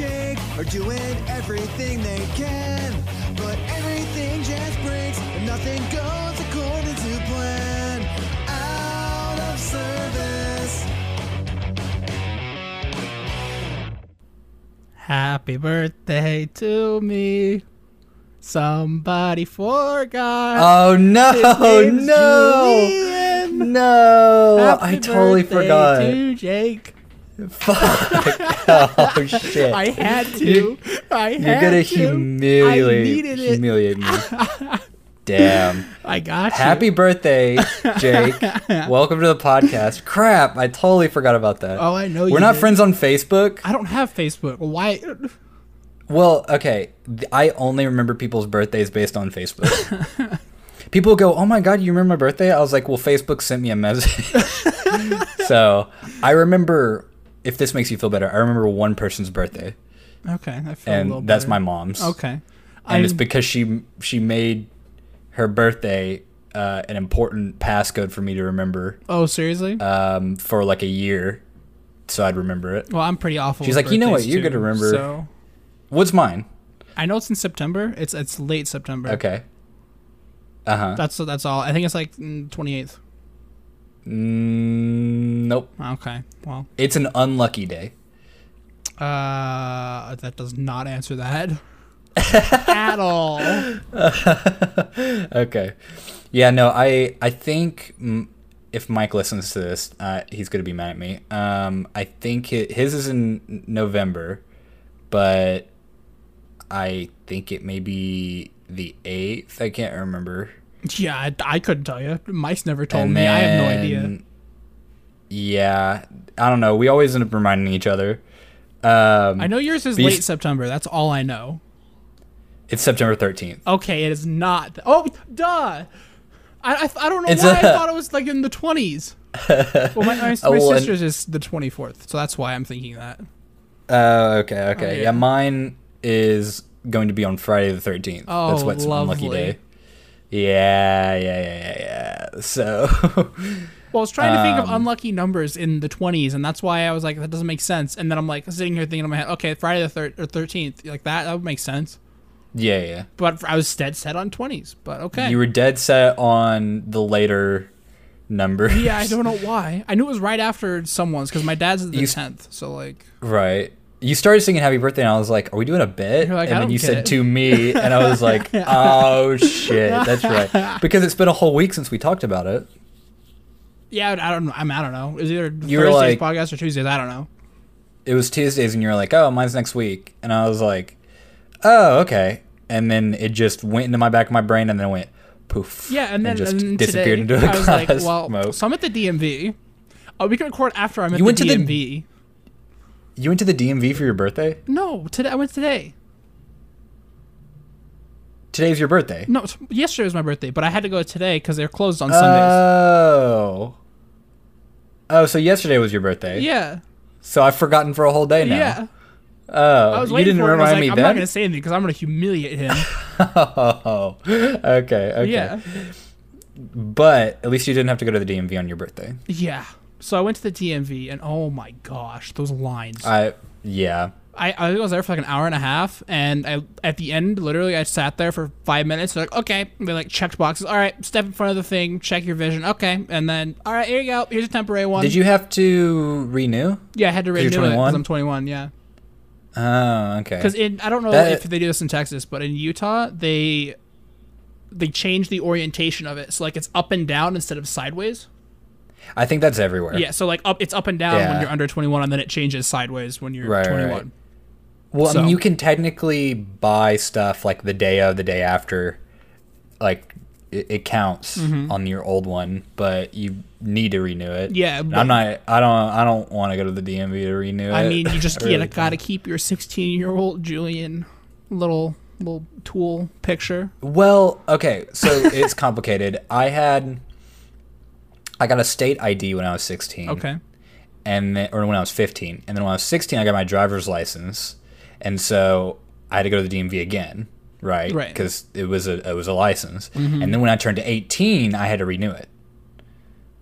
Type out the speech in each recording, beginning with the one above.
are doing everything they can. But everything just breaks and nothing goes according to plan. Out of service. Happy birthday to me. Somebody forgot. Oh no! name's no! Julian. No! I Happy totally birthday forgot. To Jake. Fuck! oh shit! I had to. You- I had You're gonna to. I humiliate needed it. humiliate me. Damn! I got you. Happy birthday, Jake! Welcome to the podcast. Crap! I totally forgot about that. Oh, I know We're you not did. friends on Facebook. I don't have Facebook. Why? Well, okay. th- I only remember people's birthdays based on Facebook. People go, "Oh my god, you remember my birthday?" I was like, "Well, Facebook sent me a message." so, I remember if this makes you feel better, I remember one person's birthday, Okay, I feel a little and that's better. my mom's. Okay. And it's I'm- because she she made her birthday uh, an important passcode for me to remember oh, seriously? um, for like a year, so I'd remember it. well, I'm pretty awful. she's with like, "You know what? birthdays, You're gonna too, remember." So What's mine? I know it's in September. It's it's late September. Okay. Uh huh. That's that's all. I think it's like twenty eighth. Mm, nope. Okay. Well, It's an unlucky day. uh, that does not answer that at all. Okay. Yeah, no, I I think mm, if Mike listens to this, uh, he's going to be mad at me. Um, I think hi his is in November, but I think it may be the 8th. I can't remember. Yeah, I, I couldn't tell you. Mike's never told And me. I have no idea. then- Yeah, I don't know. We always end up reminding each other. Um, I know yours is Beast- late September. That's all I know. It's September 13th. Okay, it is not. th- oh, duh. I, I, I don't know It's why I a- Oh, thought it was like in the 20s. well, my, my, my well, and- sister's is the 24th, so that's why I'm thinking that. Oh, okay, okay. yeah. yeah. mine is going to be on Friday the 13th. Oh, That's what's unlucky lovely. day. Yeah, yeah, yeah, yeah, yeah. So, Well, I was trying to think Um, of unlucky numbers in the 20s, and that's why I was like, that doesn't make sense. And then I'm like sitting here thinking in my head, okay, Friday the thir- or 13th, like that, that would make sense. yeah, yeah. But I was dead set on 20s, but okay. You were dead set on the later number. yeah, I don't know why. I knew it was right after someone's because my dad's is the You s- 10th, so like. Right. You started singing Happy Birthday, and I was like, Are we doing a bit? You're like, and "I then don't you get said it." to me, and I was like, Oh, shit. That's right. Because it's been a whole week since we talked about it. Yeah, I don't. I'm. I don't know. It was either You were Thursday's like- podcast or Tuesdays. I don't know. it was Tuesdays, and you were like, "Oh, mine's next week," and I was like, "Oh, okay." And then it just went into my back of my brain, and then went poof. Yeah, and then, just and then disappeared today, into a I was cloud like, of well, smoke. so I'm at the DMV. Oh, we can record after I'm at You the went to the- DMV. you went to the DMV for your birthday. No, today I went today. Today's your birthday. No, t- yesterday was my birthday, but I had to go today because they're closed on Uh, Sundays. Oh. Oh, so yesterday was your birthday. Yeah, So I've forgotten for a whole day now. yeah. Oh, I was you waiting didn't for him. and I was like, remind me I'm then. not gonna say anything because I'm gonna humiliate him. oh, okay, okay. yeah, But at least you didn't have to go to the DMV on your birthday. yeah. So I went to the DMV, and oh my gosh, those lines. I yeah. I, I was there for like an hour and a half, and I at the end, literally, I sat there for five minutes. They're like, okay, they like checked boxes. All right, step in front of the thing, check your vision. Okay, and then all right, here you go. Here's a temporary one. Did you have to renew? Yeah, I had to you're renew it because 21? I'm 21. Yeah, Oh, okay. because I don't know That- if they do this in Texas, but in Utah, they they change the orientation of it, so like it's up and down instead of sideways. I think that's everywhere. Yeah, so like up, it's up and down when Yeah. you're under 21, and then it changes sideways when you're Right, right, 21. right. Well, I So- mean, you can technically buy stuff like the day of, the day after, like it, it counts Mm-hmm. on your old one, but you need to renew it. Yeah, And but- I'm not. I don't. I don't want to go to the DMV to renew it. I mean, you just really you gotta keep your 16 year old Julian little little tool picture. Well, okay, so it's complicated. I had, I got a state ID when I was 16. Okay. and then, or when I was 15, and then when I was 16, I got my driver's license, and so I had to go to the DMV again, right? Right. Mm-hmm. Because it was a it was a license, and then when I turned to 18, I had to renew it.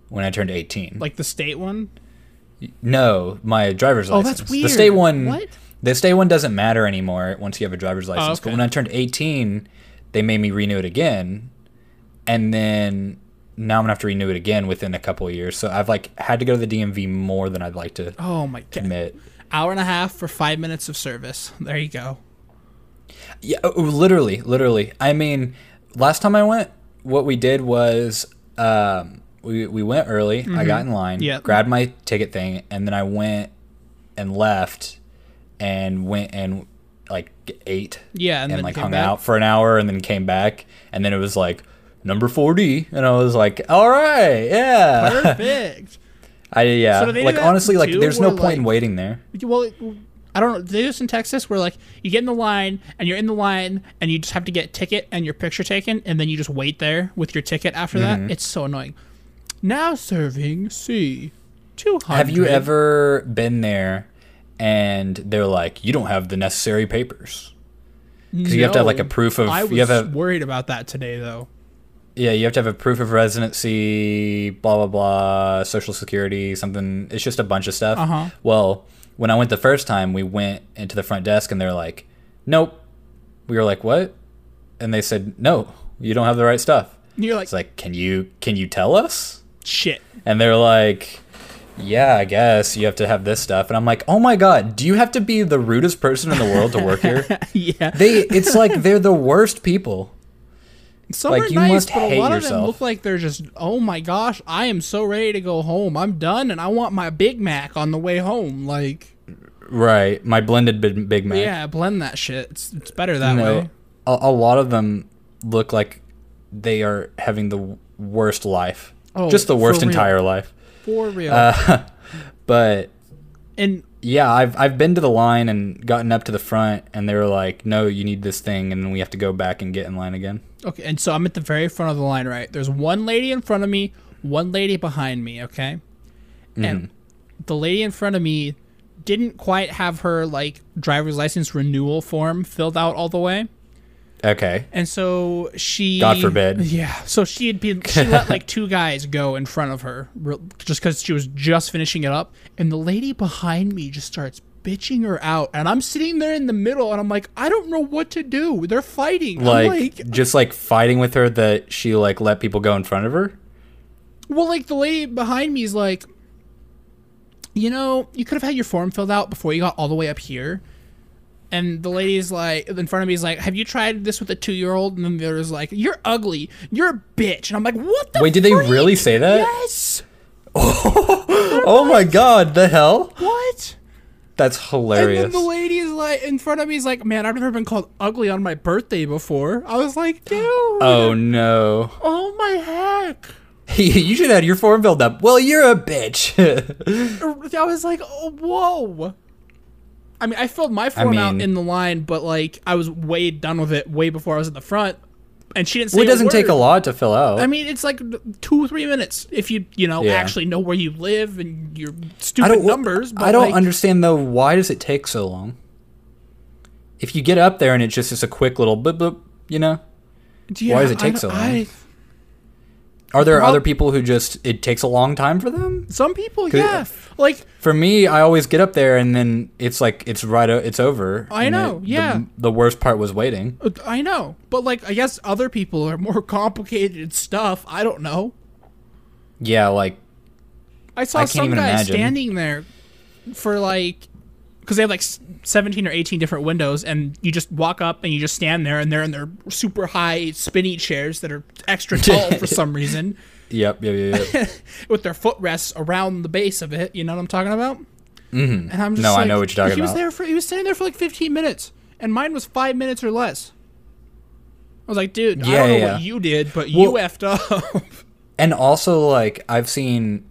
When I turned 18, Like the state one. no, my driver's Oh, license. that's weird. The state one What? Oh, This day one doesn't matter anymore once you have a driver's license. But okay. when I turned 18, they made me renew it again. And then now I'm going to have to renew it again within a couple of years. So I've like had to go to the DMV more than I'd like to Oh my god. admit. Hour and a half for five minutes of service. There you go. Yeah, oh, literally, literally. I mean, last time I went, what we did was um, we we went early. Mm-hmm. I got in line, Yep. grabbed my ticket thing, and then I went and left, and went and like ate, Yeah, and and, then like came hung back. out for an hour, and then came back, and then it was like number forty, and I was like, all right, yeah, Perfect. I yeah, So do they do like that honestly, like too, there's no or, point in like- waiting there. well, it- I don't know. Do they do this in Texas where like you get in the line and you're in the line and you just have to get a ticket and your picture taken and then you just wait there with your ticket after that? Mm-hmm. It's so annoying. Now serving C, two hundred. Have you ever been there and they're like, you don't have the necessary papers? Because you have to have like a proof of I was you have a worried about that today though. yeah you have to have a proof of residency blah blah blah social security something it's just a bunch of stuff. Uh-huh. Well, when I went the first time, we went into the front desk and they're like, nope. We were like, what? And they said, no, you don't have the right stuff. And you're like, It's like, can you can you tell us? shit. And they're like, yeah, I guess you have to have this stuff. And I'm like, oh my God, do you have to be the rudest person in the world to work here? yeah. they, it's like they're the worst people. Some Like, are you nice, must but a hate lot of them yourself. look like they're just, oh my gosh, I am so ready to go home. I'm done, and I want my Big Mac on the way home. Like, Right. My blended Big, Big Mac. yeah, blend that shit. It's, it's better that You know, way. a, a lot of them look like they are having the w- worst life. Oh, Just the for worst real. entire life. For real. Uh, But and yeah, I've, I've been to the line and gotten up to the front and they were like, no, you need this thing. And then we have to go back and get in line again. okay, and so I'm at the very front of the line, right? There's one lady in front of me, one lady behind me, okay? Mm-hmm. And the lady in front of me didn't quite have her like driver's license renewal form filled out all the way. Okay. And so she. God forbid. Yeah. So she had been. She let like two guys go in front of her, re- just because she was just finishing it up, and the lady behind me just starts bitching her out, and I'm sitting there in the middle, and I'm like, I don't know what to do. They're fighting. like, I'm like just like fighting with her that she like let people go in front of her. well, like the lady behind me is like, you know, you could have had your form filled out before you got all the way up here. And the lady's like, in front of me is like, have you tried this with a two year old? And then the other's like, you're ugly. You're a bitch. And I'm like, what the Wait, did they freak? really say that? Yes. Oh my god, the hell! What? That's And then hilarious. the lady is like, in front of me is like, man, I've never been called ugly on my birthday before. I was like, dude. Oh no. oh my heck. you should have your form filled up. Well, you're a bitch. I was like, oh, whoa. I mean, I filled my form out mean- in the line, but like, I was way done with it way before I was at the front, and she didn't say. well, it doesn't a take a word. lot to fill out. I mean, it's like two, three minutes if you, you know, Yeah. actually know where you live and your I stupid don't numbers. But I don't like, understand though. Why does it take so long? If you get up there and it's just just a quick little blip blip, you know. yeah, why does it I take don't- so long? I- Are there Prob- other people who just it takes a long time for them? some people, yeah, like For me, I always get up there and then it's like it's right, o- it's over. I and know, it- the- yeah. The, worst part was waiting. Uh, I know, but like I guess other people are more complicated stuff. I don't know. Yeah, like I saw I can't some even guy imagine. standing there for like because they have like s- 17 or 18 different windows and you just walk up and you just stand there and they're in their super high spinny chairs that are extra tall for some reason yep, yep, yep. yep. with their footrests around the base of it you know what i'm talking about mm-hmm. and i'm just No, I like- know what you're talking he was about. there for he was standing there for like 15 minutes and mine was five minutes or less i was like dude i Yeah, don't know yeah. what you did but you Well- effed up and also, like I've seen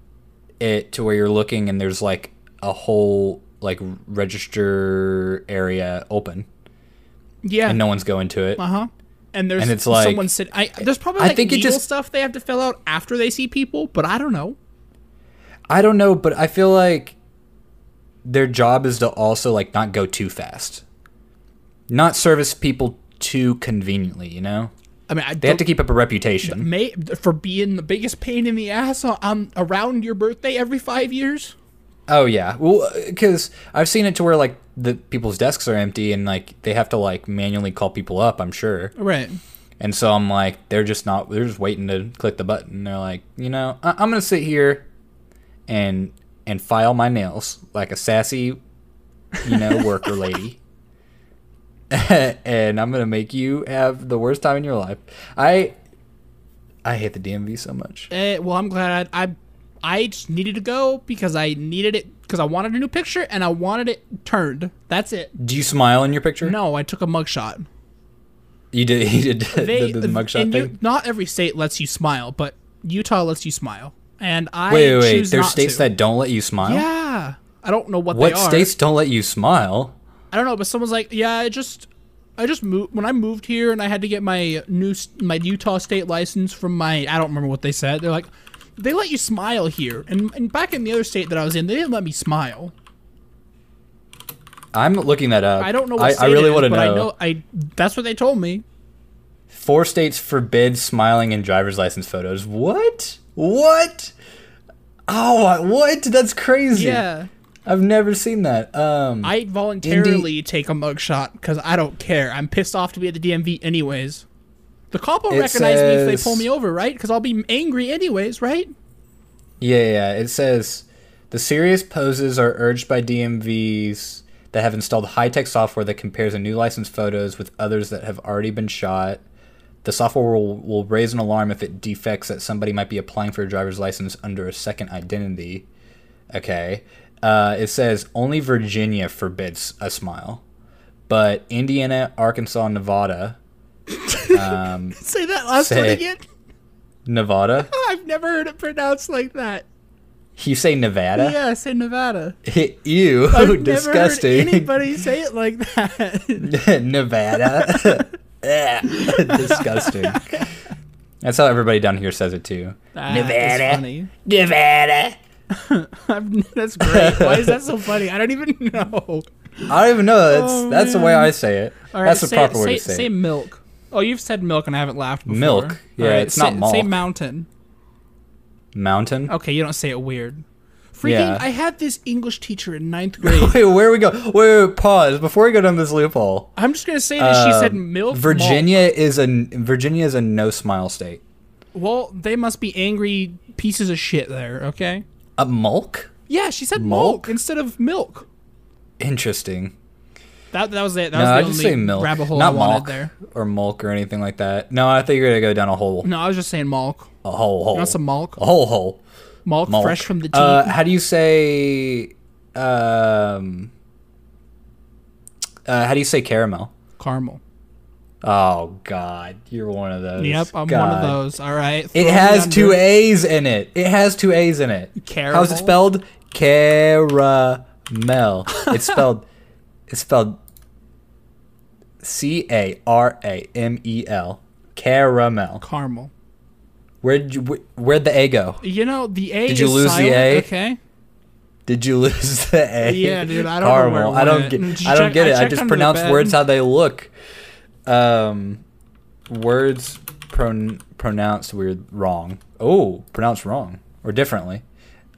it to where you're looking and there's like a whole like register area open yeah and no one's going to it. Uh huh. And there's And it's like- someone sit. I, there's probably I like think it legal just- stuff they have to fill out after they see people, but I don't know. I don't know, but I feel like their job is to also like not go too fast, not service people too conveniently. You know, I mean, I they have to keep up a reputation. may, um, for being the biggest pain in the ass on, on around your birthday every five years. Oh yeah, well, because I've seen it to where like the people's desks are empty and like they have to like manually call people up. I'm sure, Right. and so I'm like, they're just not. They're just waiting to click the button. They're like, you know, I- I'm gonna sit here and and file my nails like a sassy, you know, worker lady. and I'm gonna make you have the worst time in your life. I I hate the DMV so much. Eh, well, I'm glad I, I I just needed to go because I needed it because I wanted a new picture and I wanted it turned. That's it. Do you smile in your picture? No, I took a mugshot. You did. You did the- They the, the mugshot and you- thing. not every state lets you smile, but Utah lets you smile, and I Wait, wait, wait. choose There's not states to. that don't let you smile. yeah. I don't know what, What they are. states don't let you smile? I don't know, but someone's like, yeah, I just, I just moved when I moved here and I had to get my new s- my Utah state license from my I don't remember what they said. They're like, they let you smile here, and and back in the other state that I was in, they didn't let me smile. I'm looking that up. I don't know. What I, state I really it is, want to but know. I know I. That's what they told me. Four states forbid smiling in driver's license photos. What? What? Oh, I- what? That's crazy. Yeah, I've never seen that. Um, I voluntarily take a mugshot because I don't care. I'm pissed off to be at the DMV anyways. The cop will It recognize me if says- they pull me over, right? Because I'll be angry anyways, right? Yeah, yeah. It says the serious poses are urged by DMVs that have installed high-tech software that compares a new license photos with others that have already been shot. The software will, will raise an alarm if it defects that somebody might be applying for a driver's license under a second identity. Okay. Uh, it says only Virginia forbids a smile, but Indiana, Arkansas, Nevada, Say that last one Say- again. Nevada. I've never heard it pronounced like that. You say Nevada? Yes, in Nevada. Ew, I've never heard Oh, disgusting. anybody say it like that. Nevada. Eh, Disgusting. That's how everybody down here says it too. That is Nevada. funny. Nevada. I've- that's great. Why is that so funny? I don't even know. I don't even know. That's Oh, that's the way I say it. All right, that's the say, proper say, way to say, say it. milk. Oh, you've said milk and I haven't laughed before. Milk. All Yeah, it's say, not Say malk. mountain. Mountain. Okay, you don't say it weird. Freaking, Yeah. I had this English teacher in ninth grade. Wait, where we go? Wait, wait, wait, pause before we go down this loophole. I'm just gonna say that she said Um, milk. malk. Virginia is a Virginia is a no smile state. Well, they must be angry pieces of shit there. Okay. A mulk? Yeah, she said Malk? malk instead of milk. Interesting. That, that was it. That No, I was just the say only milk, rabbit hole not I wanted malk there. or mulk or anything like that. No, I thought you were gonna go down a hole, No, I was just saying malk. a hole, hole, Not some malk. a hole, hole. Malk, Malk. fresh from the E tea. Oh, Uh, how do you say? Um, uh, how do you say caramel? Caramel. Oh God, you're one of those. Yep, I'm one of God. those. All right. It throw me has two under. A's in it. It has two A's in it. How's Caramel? it spelled? Caramel. It's spelled. it's spelled. C A R A M E L. Caramel. Caramel. Where'd you, wh- where'd the A go? You know the A. Did you is lose the silent, A? Okay. Did you lose the A? Yeah, dude, I don't know Caramel. where it I don't went. get. Did you I don't check- get I it. I, checked just under the pronounce bed. words how they look. Um, words pron- pronounced weird wrong. Oh, pronounced wrong or differently.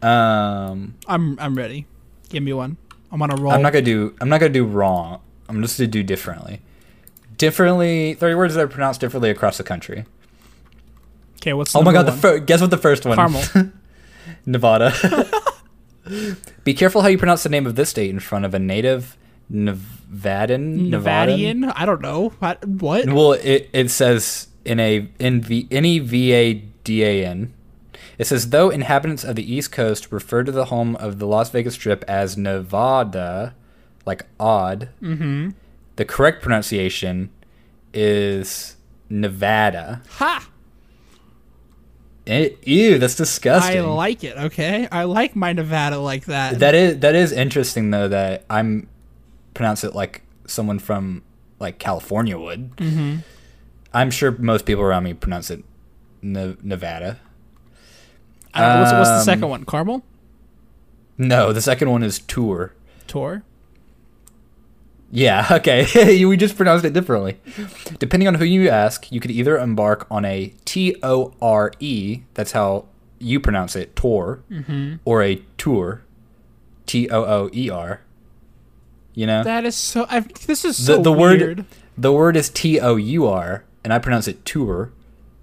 Um, I'm I'm ready. Give me one. I'm on a roll. I'm not gonna do. I'm not gonna do wrong. I'm just gonna do differently. Differently, thirty words that are pronounced differently across the country. okay, what's Oh my god! number The fir- guess what the first one? one? caramel? Nevada. Be careful how you pronounce the name of this state in front of a native Nevadan. Nevadian? I don't know. What? what? Well, it, it says in a in v n e v a d a n. It says though inhabitants of the East Coast refer to the home of the Las Vegas Strip as Nevada, like odd. Mm-hmm. The correct pronunciation is Nevada. Ha! Eh, ew, that's disgusting. I like it. Okay, I like my Nevada like that. That is that is interesting though that I'm pronounce it like someone from like California would. Mm-hmm. I'm sure most people around me pronounce it ne- Nevada. I don't know, what's, what's the um, second one? Caramel? No, the second one is tour. Tor? Yeah, okay. we just pronounced it differently. Depending on who you ask, you could either embark on a T O R E, that's how you pronounce it, tour, or a tour, T O O E R. You know That is so. I've, this is the so the word weird. the word is T O U R, and I pronounce it tour,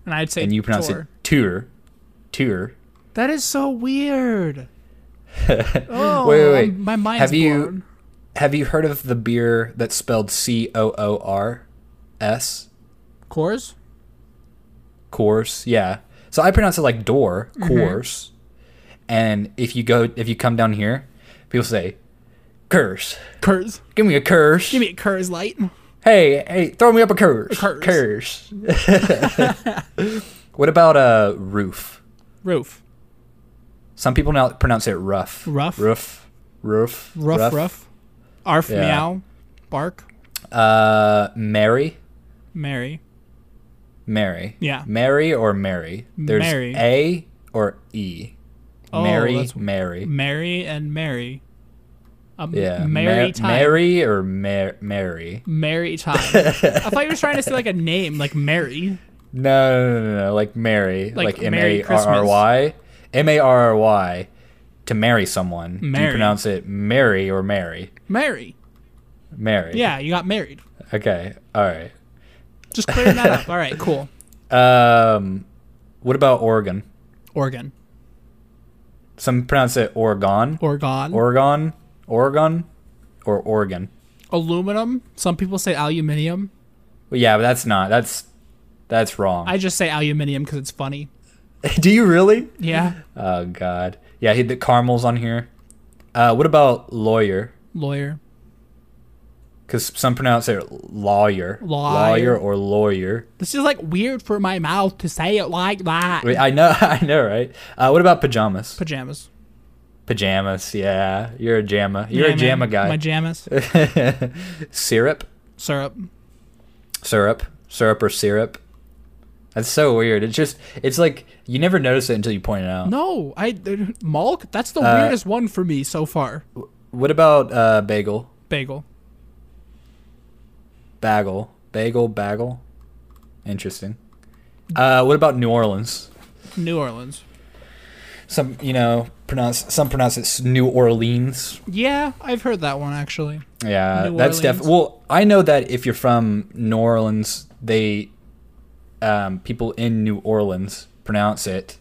and I'd say and you pronounce tour. it tour, tour. That is so weird. oh, Wait, wait, wait. I'm- my mind's Have you- blown. Have you heard of the beer that's spelled C O O R S? Coors? Course, yeah. So I pronounce it like door, Mm-hmm. course. And if you go, if you come down here, people say, "Curse, Coors. give me a curse. Give me a Coors Light. hey, hey, throw me up a curse, curse. curse." what about a roof? Roof. Some people now pronounce it rough, Rough? roof, roof, Rough, rough. Arf, Yeah. meow. Bark. Uh, Mary, Mary. Mary. Yeah. Mary or Mary. There's Mary. A or E. Oh, Mary, that's- Mary. Mary and Mary. Um, Yeah, Mary Ma- time. Mary or Mar- Mary. Mary time. I thought you were trying to say like a name, like Mary. No, no, no, no, like Mary, Like like, M Merry A R R Y, M A R R Y, to marry someone. Do Mary. you pronounce it Mary or Mary? Mary. Mary. Yeah, you got married. Okay. All right. Just clearing that up. All right, cool. Um, what about Oregon? Oregon. Some pronounce it Oregon, Oregon. Oregon, Oregon, or Oregon. aluminum. Some people say aluminium. Well, yeah, but that's not. That's that's wrong. I just say aluminium because it's funny. Do you really? Yeah. Oh God. Yeah, he the caramels on here. Uh, what about lawyer? Lawyer. Because some pronounce it Lawyer. lawyer, lawyer or lawyer. This is like weird for my mouth to say it like that. Wait, I know, I know, right? Uh, what about pajamas? Pajamas. pajamas. Yeah, you're a jamma. You're Yeah, a jamma man. My guy. jammas. syrup, Syrup. syrup, syrup or syrup. That's so weird. It's just, it's like you never notice it until you point it out. No, I uh, malk. That's the weirdest one for me so far. What about uh, bagel, Bagel. bagel, bagel, bagel? Interesting. Uh, what about New Orleans? New Orleans. some you know pronounce some pronounce it s- New Orleans. Yeah, I've heard that one actually. Yeah, New that's def. Orleans. Well, I know that if you're from New Orleans, they um, people in New Orleans pronounce it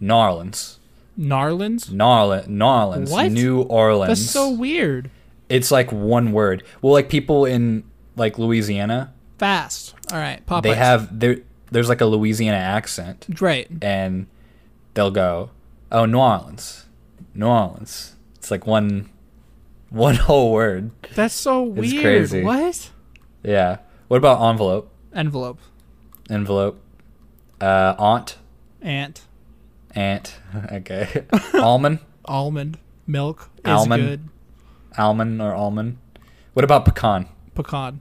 Narlins, Narlands. Narlin, Narlins, What? New Orleans. That's so weird. it's like one word. Well, like people in like Louisiana, Fast. All right. Popeyes. they have there. There's like a Louisiana accent, Right. and they'll go, "Oh, New Orleans, New Orleans." It's like one, one whole word. That's so weird. It's crazy. What? Yeah. What about envelope? Envelope. Envelope. Uh, aunt. Ant. Aunt. Okay. almond. Almond. Milk is Almond. good. Almond or almond. What about pecan? Pecan.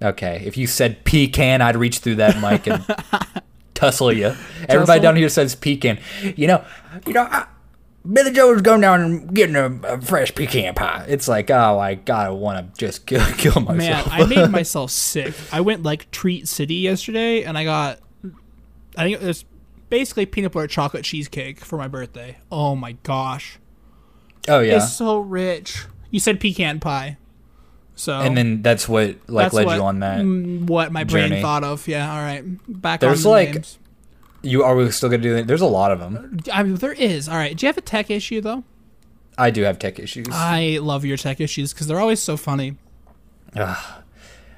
Okay. If you said pecan, I'd reach through that mic and tussle you. Everybody Tussle? down here says pecan. You know, you know, I, Billy Joel's going down and getting a, a fresh pecan pie. It's like, oh my god, I want to just kill, kill myself. Man, I made myself sick. I went like Treat City yesterday, and I got, I think it was basically peanut butter chocolate cheesecake for my birthday. Oh my gosh, oh yeah. it's so rich. You said pecan pie, so and then that's what like that's led what, you on that. mm, What my brain journey. thought of. Yeah, all right. Back on There's, the like- names. You are we still gonna do that? There's a lot of them. I mean, there is. All right. Do you have a tech issue though? I do have tech issues. I love your tech issues because they're always so funny.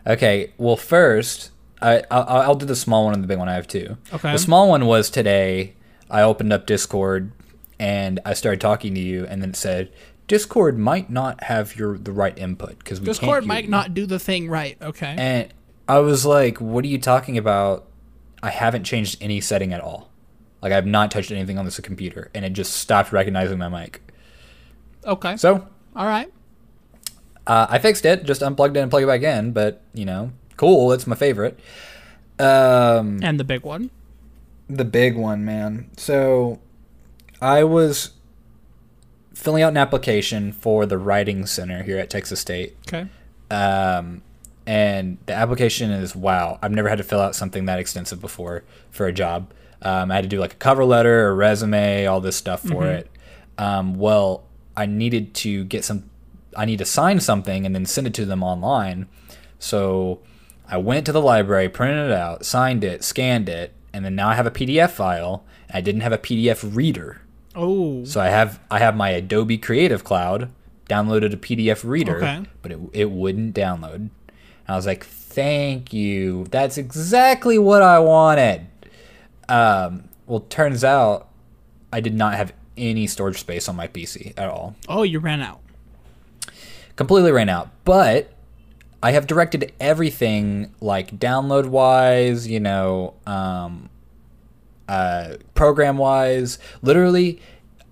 Okay. Well, first, I I'll, I'll do the small one and the big one. I have two. Okay. The small one was today. I opened up Discord and I started talking to you, and then it said Discord might not have your the right input because we can't Discord hear might you." not do the thing right. Okay. And I was like, "What are you talking about? I haven't changed any setting at all. Like I've not touched anything on this computer, and it just stopped recognizing my mic. okay. So all right. Uh, I fixed it, just unplugged it and plugged it back in, but you know, cool, it's my favorite. Um, And the big one. the big one, man. So I was filling out an application for the Writing Center here at Texas State. Okay. Um, and the application is wow, I've never had to fill out something that extensive before for a job. Um, I had to do like a cover letter, a resume, all this stuff for it. Um, well, I needed to get some, I need to sign something and then send it to them online. So I went to the library, printed it out, signed it, scanned it, and then now I have a PDF file. I didn't have a PDF reader. Oh. So I have I have my Adobe Creative Cloud downloaded a PDF reader, Okay. but it it wouldn't download. And I was like, "Thank you. That's exactly what I wanted." Um, well, turns out I did not have any storage space on my PC at all. Oh, you ran out. Completely ran out. But I have directed everything like download wise, you know, um, uh, program wise. Literally,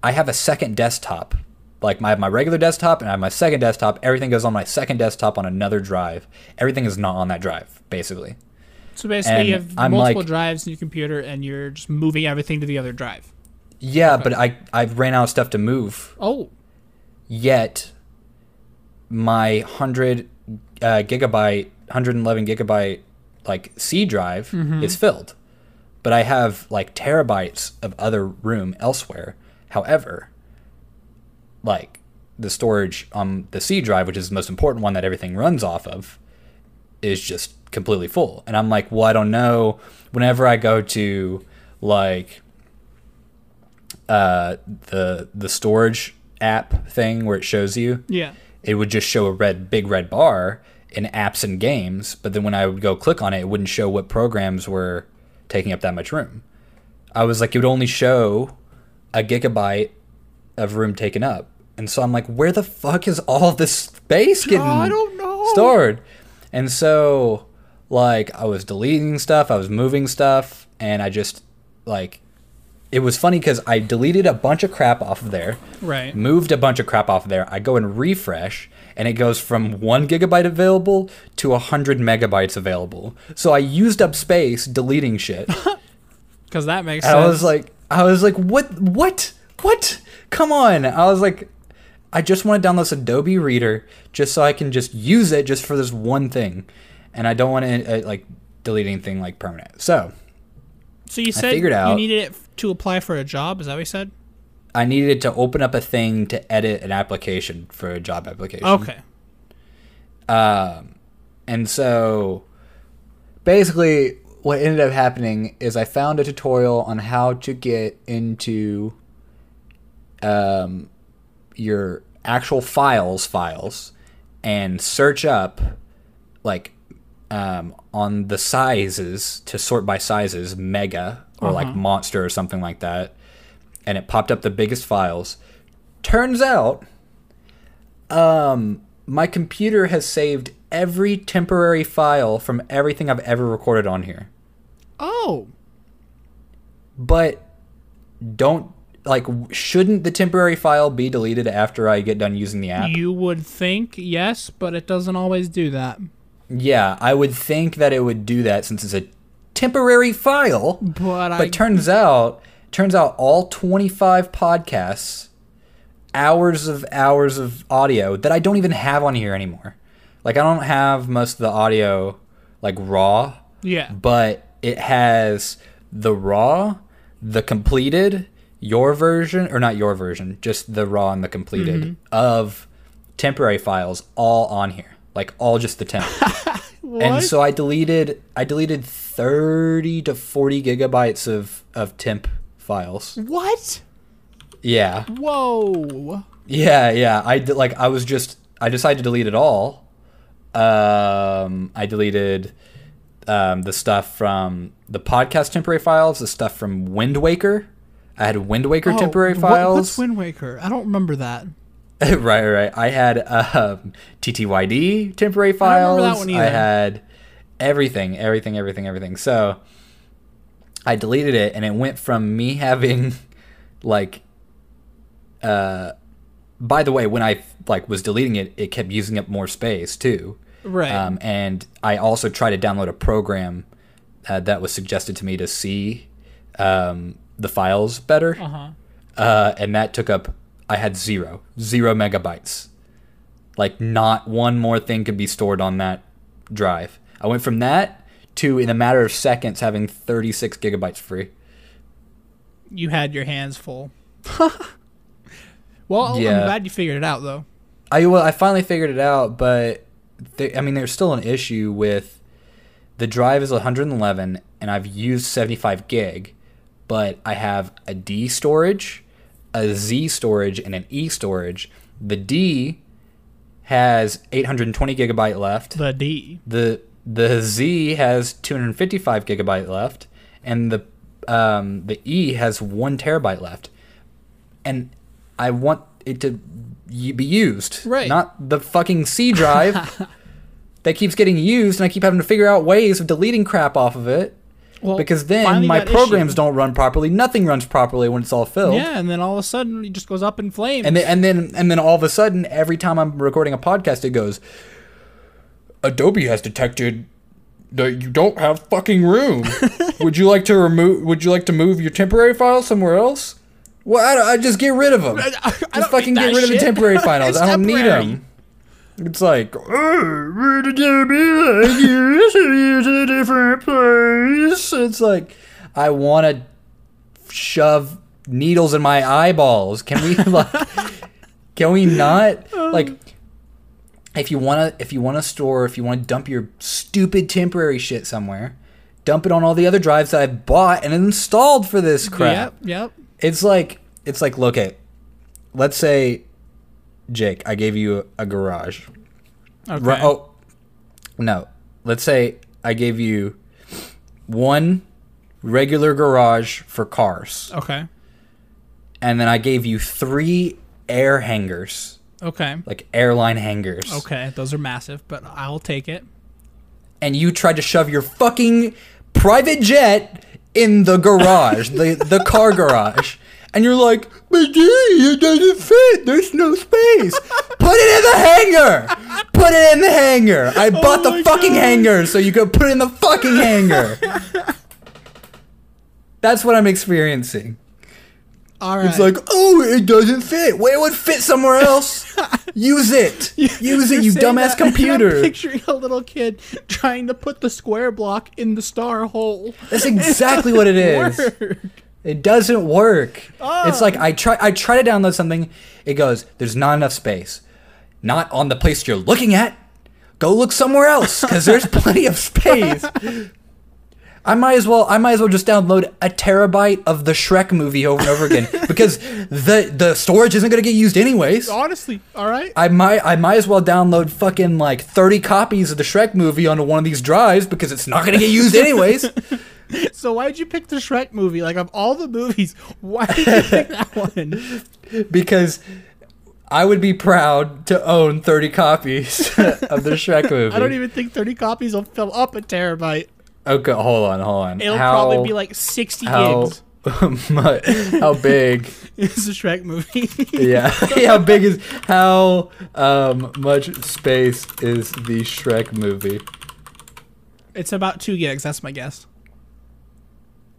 I have a second desktop. Like my, my regular desktop and I have my second desktop. Everything goes on my second desktop on another drive. Everything is not on that drive, basically. So basically, you And have I'm multiple like- drives in your computer, and you're just moving everything to the other drive. Yeah, but I I ran out of stuff to move. Oh. Yet, my hundred uh, gigabyte, hundred eleven gigabyte like C drive is filled, but I have like terabytes of other room elsewhere. However, like the storage on the C drive, which is the most important one that everything runs off of, is just completely full. And I'm like, well, I don't know. Whenever I go to like uh, the the storage app thing where it shows you, Yeah. it would just show a red big red bar in apps and games. But then when I would go click on it, it wouldn't show what programs were taking up that much room. I was like, it would only show a gigabyte of room taken up. And so I'm like, where the fuck is all this space getting I don't know. stored? And so, like, I was deleting stuff, I was moving stuff, and I just, like, it was funny because I deleted a bunch of crap off of there, Right. moved a bunch of crap off of there. I go and refresh, and it goes from one gigabyte available to 100 megabytes available. So I used up space deleting shit. Because that makes And sense. I was like, I was like, what, what, what? Come on! I was like, I just want to download this Adobe Reader just so I can just use it just for this one thing, and I don't want to uh, like delete anything like permanent. So so you said figured you out- needed it f- to apply for a job. Is that what you said? I needed to open up a thing to edit an application for a job application. Okay. And so basically what ended up happening is I found a tutorial on how to get into um, your actual files files and search up like um, on the sizes to sort by sizes mega or like monster or something like that and it popped up the biggest files turns out my computer has saved every temporary file from everything I've ever recorded on here. Oh. But don't like w- shouldn't the temporary file be deleted after I get done using the app? You would think yes, but it doesn't always do that. yeah, I would think that it would do that since it's a temporary file. But, I But turns out, turns out all 25 podcasts, hours of hours of audio that I don't even have on here anymore. Like I don't have most of the audio like raw, yeah. but it has the raw, the completed, your version or not your version, just the raw and the completed of temporary files all on here. Like all just the temp. And What? so I deleted I deleted 30 to 40 gigabytes of of temp files. Mm. what? Yeah. Whoa. Yeah, yeah. I d- like I was just I decided to delete it all. Um I deleted um the stuff from the podcast temporary files, the stuff from Wind Waker. I had Wind Waker Oh, temporary what- files. what's Wind Waker? I don't remember that. right, right. I had um, TTYD temporary I don't files. remember that one either. had everything, everything, everything, everything. So I deleted it, and it went from me having like. Uh, by the way, when I like was deleting it, it kept using up more space too. Right. Um, and I also tried to download a program uh, that was suggested to me to see um, the files better huh. uh, and that took up I had zero, zero megabytes. Like not one more thing could be stored on that drive. I went from that to in a matter of seconds having 36 gigabytes free. You had your hands full. Well, I'm Yeah. glad you figured it out though. I well, I finally figured it out, but th I mean, there's still an issue with the drive is 111, and I've used 75 gig, but I have a D storage, a Z storage, and an E storage. The D has 820 gigabyte left. The D. the the Z has 255 gigabyte left, and the um, the E has one terabyte left, and I want it to y- be used, Right. Not the fucking C drive that keeps getting used, and I keep having to figure out ways of deleting crap off of it Well, because finally then my that programs issue- don't run properly. Nothing runs properly when it's all filled. Yeah, and then all of a sudden it just goes up in flames. And then, and then and then all of a sudden, every time I'm recording a podcast, it goes, Adobe has detected that you don't have fucking room. would you like to remove? Would you like to move your temporary files somewhere else? Well, I, don't- I just get rid of them. I Just don't need fucking that get rid of the shit. temporary files. It's I don't need temporary. them. It's like, "Oh, where did it be like this? It is a different place. It's like, I want to shove needles in my eyeballs. Can we like can we not like if you want to if you want to store if you want to dump your stupid temporary shit somewhere, dump it on all the other drives that I bought and installed for this crap. Yep, yep. It's like it's like look at let's say Jake, I gave you a garage. Okay. Ru- Oh, no. Let's say I gave you one regular garage for cars, Okay. and then I gave you three air hangars, Okay. like airline hangars. Okay. Those are massive, but I'll take it. And you tried to shove your fucking private jet in the garage, the the car garage. And you're like, but dude, it doesn't fit. There's no space. Put it in the hangar. Put it in the hangar. I bought Oh my the fucking God. hangar so you could put it in the fucking hangar. That's what I'm experiencing. All right. It's like, oh, it doesn't fit. Well, it would fit somewhere else. Use it. Use it, you dumbass I'm computer. picturing a little kid trying to put the square block in the star hole. That's exactly what it is. It doesn't work. It's like I try I try to download something, it goes, there's not enough space. Not on the place you're looking at. Go look somewhere else cuz there's plenty of space. I might as well I might as well just download a terabyte of the Shrek movie over and over again because the the storage isn't going to get used anyways. Honestly, all right. I might I might as well download fucking like 30 copies of the Shrek movie onto one of these drives because it's not going to get used anyways. So why'd you pick the Shrek movie? Like of all the movies, why did you pick that one? because I would be proud to own 30 copies of the Shrek movie. I don't even think 30 copies will fill up a terabyte. Okay, hold on, hold on. It'll How- probably be like 60 how gigs. mu- how big? It's a Shrek movie. Yeah, how big is how um, much space is the Shrek movie? it's about two gigs. That's my guess.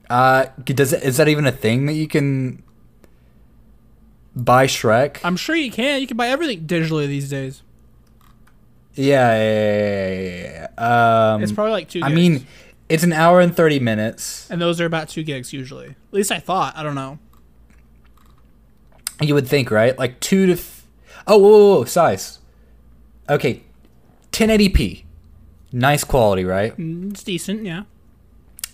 Uh, does it, is that even a thing that you can buy Shrek? I'm sure you can. You can buy everything digitally these days. yeah, yeah, yeah, yeah, yeah, yeah. Um, It's probably like two. I gigs. mean, it's an hour and 30 minutes. and those are about two gigs usually. At least I thought. I don't know. You would think, right? Like two to. Th- oh, whoa, whoa, whoa, size. Okay, 1080p. Nice quality, right? Mm, It's decent, yeah.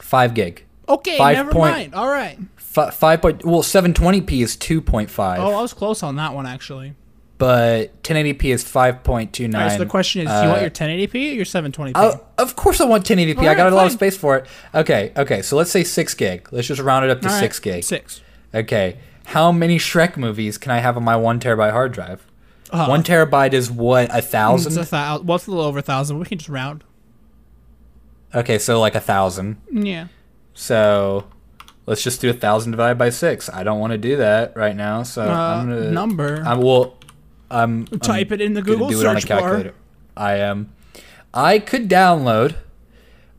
Five gig. Okay, Five never point- mind. All right. F- five point. Well, 720p is 2.5, Oh, I was close on that one actually. but 1080p is 5.29. All right, so the question is, do you want Uh, your 1080p or your 720p? Oh, of course I want 1080p. I Alright, got a lot of fine. space for it. Okay, okay. So let's say six gig. Let's just round it up to All right, six gig. Six. Okay. How many Shrek movies can I have on my one terabyte hard drive? Uh, one terabyte is what a Mm, It's a thousand. thousand. Well, it's a little over a thousand. We can just round. Okay, so like a thousand. Yeah. So let's just do a thousand divided by six. I don't want to do that right now, so Uh, I'm gonna number. I will. I'm Type I'm it in the gonna Google do it on a search bar. calculator. I am. I could download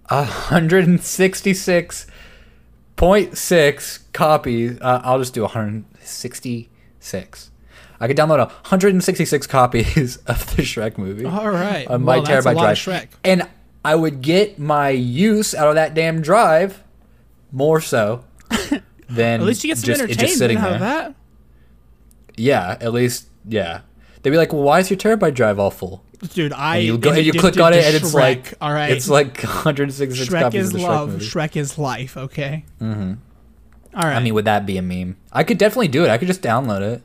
hundred and sixty-six point six copies. Uh, I'll just do one hundred sixty-six. I could download 166 copies of the Shrek movie All right. on my well, that's a terabyte lot drive, Of Shrek. and I would get my use out of that damn drive more so than At least you get some just, it entertainment just sitting out there. of that. Yeah, at least yeah. They'd be like, "Well, why is your terabyte drive all full?" Dude, I You go, am you click addicted on to it, and it's Shrek, like all right, it's like 166 Shrek copies is of the love, Shrek movie. Shrek is life. Okay. Mm-hmm. right. I mean, would that be a meme? I could definitely do it. I could just download it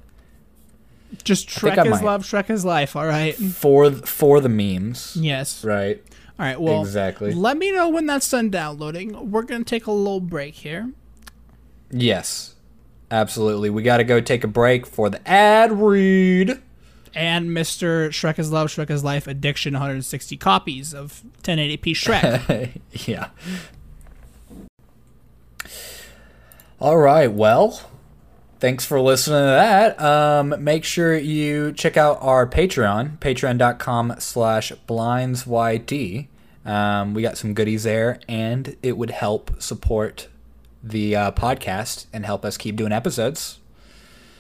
just think Shrek I is might. love, Shrek is life. All right. for th- for the memes, Yes. right? All right. Well, Exactly. Let me know when that's done downloading. We're gonna take a little break here. Yes, absolutely. We got to go take a break for the ad read. and Mr. Shrek is Love, Shrek is Life Addiction 160 copies of 1080p Shrek. yeah. All right. Well, thanks for listening to that. Um, make sure you check out our Patreon, patreon.com slash blindsyt. Um, we got some goodies there, and it would help support the uh, podcast and help us keep doing episodes.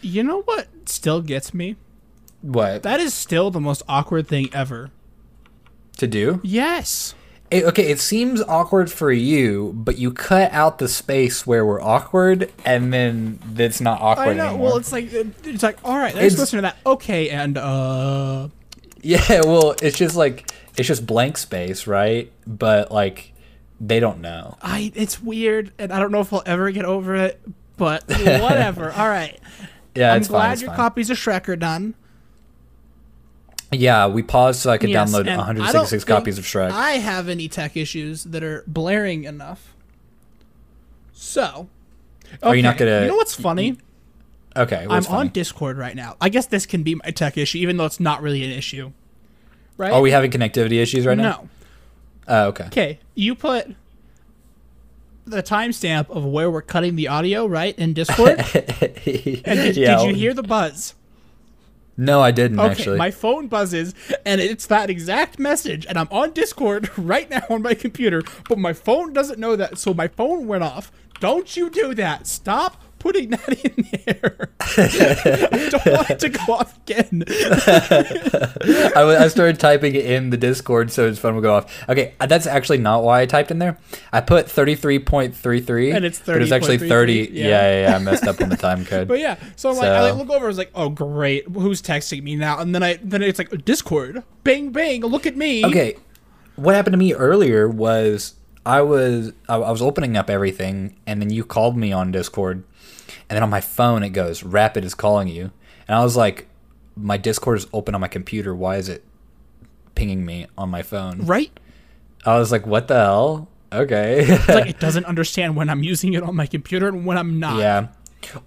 you know what still gets me? What That is still the most awkward thing ever. to do? Yes. It, okay, it seems awkward for you, but you cut out the space where we're awkward, and then it's not awkward I know. anymore. Well, it's like it's like all right. It's- Let's listen to that. Okay, and uh, yeah, well, it's just like it's just blank space, right? But like they don't know. I it's weird, and I don't know if I'll ever get over it. But whatever. all right. Yeah, I'm it's glad fine. It's your fine. copies of Shrek are done. yeah, we paused so I could Yes, download and I don't 166 think copies of Shrek. I have any tech issues that are blaring enough. So, okay. Are you not gonna- You know what's funny? okay, I'm what's on funny? Discord right now. I guess this can be my tech issue, even though it's not really an issue. Right? Are we having connectivity issues right now? no. Oh, okay. Okay, you put the timestamp of where we're cutting the audio right in Discord. And did, Yeah. did you hear the buzz? No, I didn't Okay, actually. my phone buzzes and it's that exact message, and I'm on Discord right now on my computer, but my phone doesn't know that, so my phone went off. Don't you do that. Stop putting that in there. I don't want it to go off again. I, w- I started typing it in the Discord so his phone would go off. Okay, uh, that's actually not why I typed in there. I put 33.33. And it's But it's actually 30. 30.33, Yeah. yeah. yeah, yeah, I messed up on the time code. But yeah, so I'm like, I like So- look over, I was like, oh great, who's texting me now? And then I then it's like Discord, bang bang, look at me. Okay, what happened to me earlier was I was I, I was opening up everything, and then you called me on Discord, and then on my phone it goes Rapid is calling you, and I was like, my Discord is open on my computer. Why is it pinging me on my phone? right? I was like, what the hell? Okay. It's like it doesn't understand when I'm using it on my computer and when I'm not. Yeah.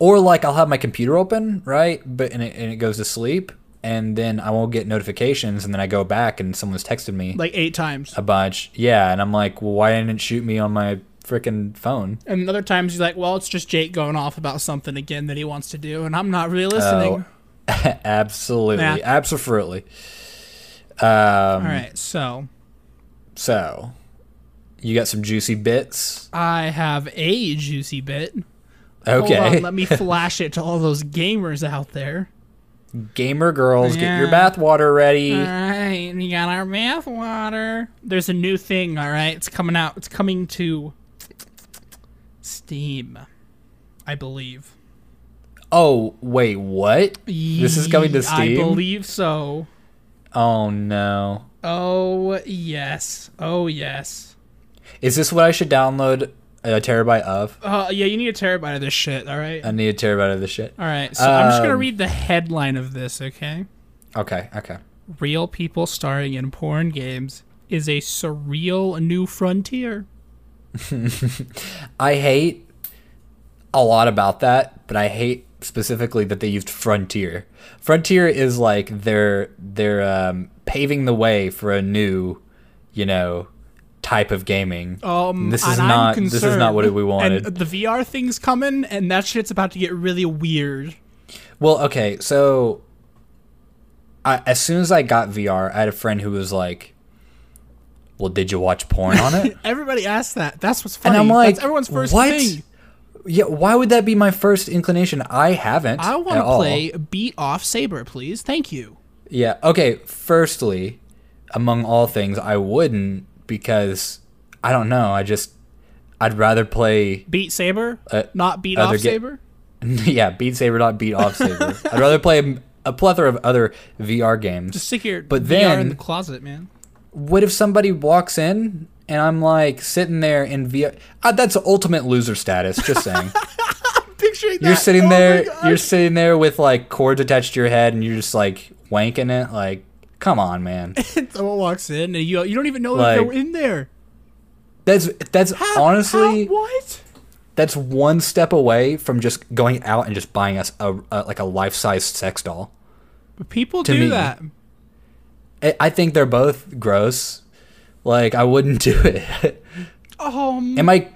Or like I'll have my computer open, right? But and it, and it goes to sleep, and then I won't get notifications, and then I go back and someone's texted me Like eight times. a bunch. Yeah, and I'm like, well, why didn't it shoot me on my freaking phone? And other times he's like, well, it's just Jake going off about something again that he wants to do, and I'm not really listening. absolutely, Yeah. absolutely. Um, All right, so So, you got some juicy bits, I have a juicy bit. Hold okay? on, let me flash it to all those gamers out there. Gamer girls, get your Yeah. Uh, bath water ready. All right, we got our bath water. There's a new thing, all right? It's coming out. It's coming to Steam, I believe. oh wait, what? This is coming to I Steam. believe so. oh no. Oh, yes. Oh, yes. Is this what I should download a terabyte of? Uh, yeah, you need a terabyte of this shit, all right? I need a terabyte of this shit. All right, so I'm just gonna Uh, Um, read the headline of this, okay? Okay, okay. Real people starring in porn games is a surreal new frontier. I hate a lot about that, but I hate specifically that they used Frontier. Frontier is like they're they're um, paving the way for a new, you know, type of gaming. Um, this and is I'm not this is not what concerned. we wanted. And uh, the VR thing's coming, and that shit's about to get really weird. Well, okay, so I, as soon as I got VR, I had a friend who was like, "Well, did you watch porn on it?" Everybody asks that. That's what's and funny. I'm like, That's everyone's first what? thing. Yeah, why would that be my first inclination? I haven't. I want want to play Beat Off Saber, please. Thank you. Yeah. Okay. Firstly, among all things, I wouldn't because I don't know. I just I'd rather play. Beat Saber, Uh, not Beat other Off ga- Saber. yeah, Beat Saber, not Beat Off Saber. I'd rather play a, a plethora of other VR games. Just stick your VR But in then- the closet, man. what if somebody walks in and I'm like sitting there in VR? Ah, that's ultimate loser status. Just saying. Picturing you're that. sitting Oh my there. gosh. You're sitting there with like cords attached to your head, and you're just like wanking it. Like, come on, man. Someone walks in and you you don't even know that Like- they're in there. That's that's How- honestly how- what? that's one step away from just going out and just buying us a, a like a life size sex doll. But people To do me. that. I, I think they're both gross. Like, I wouldn't do it. Oh, m- Am I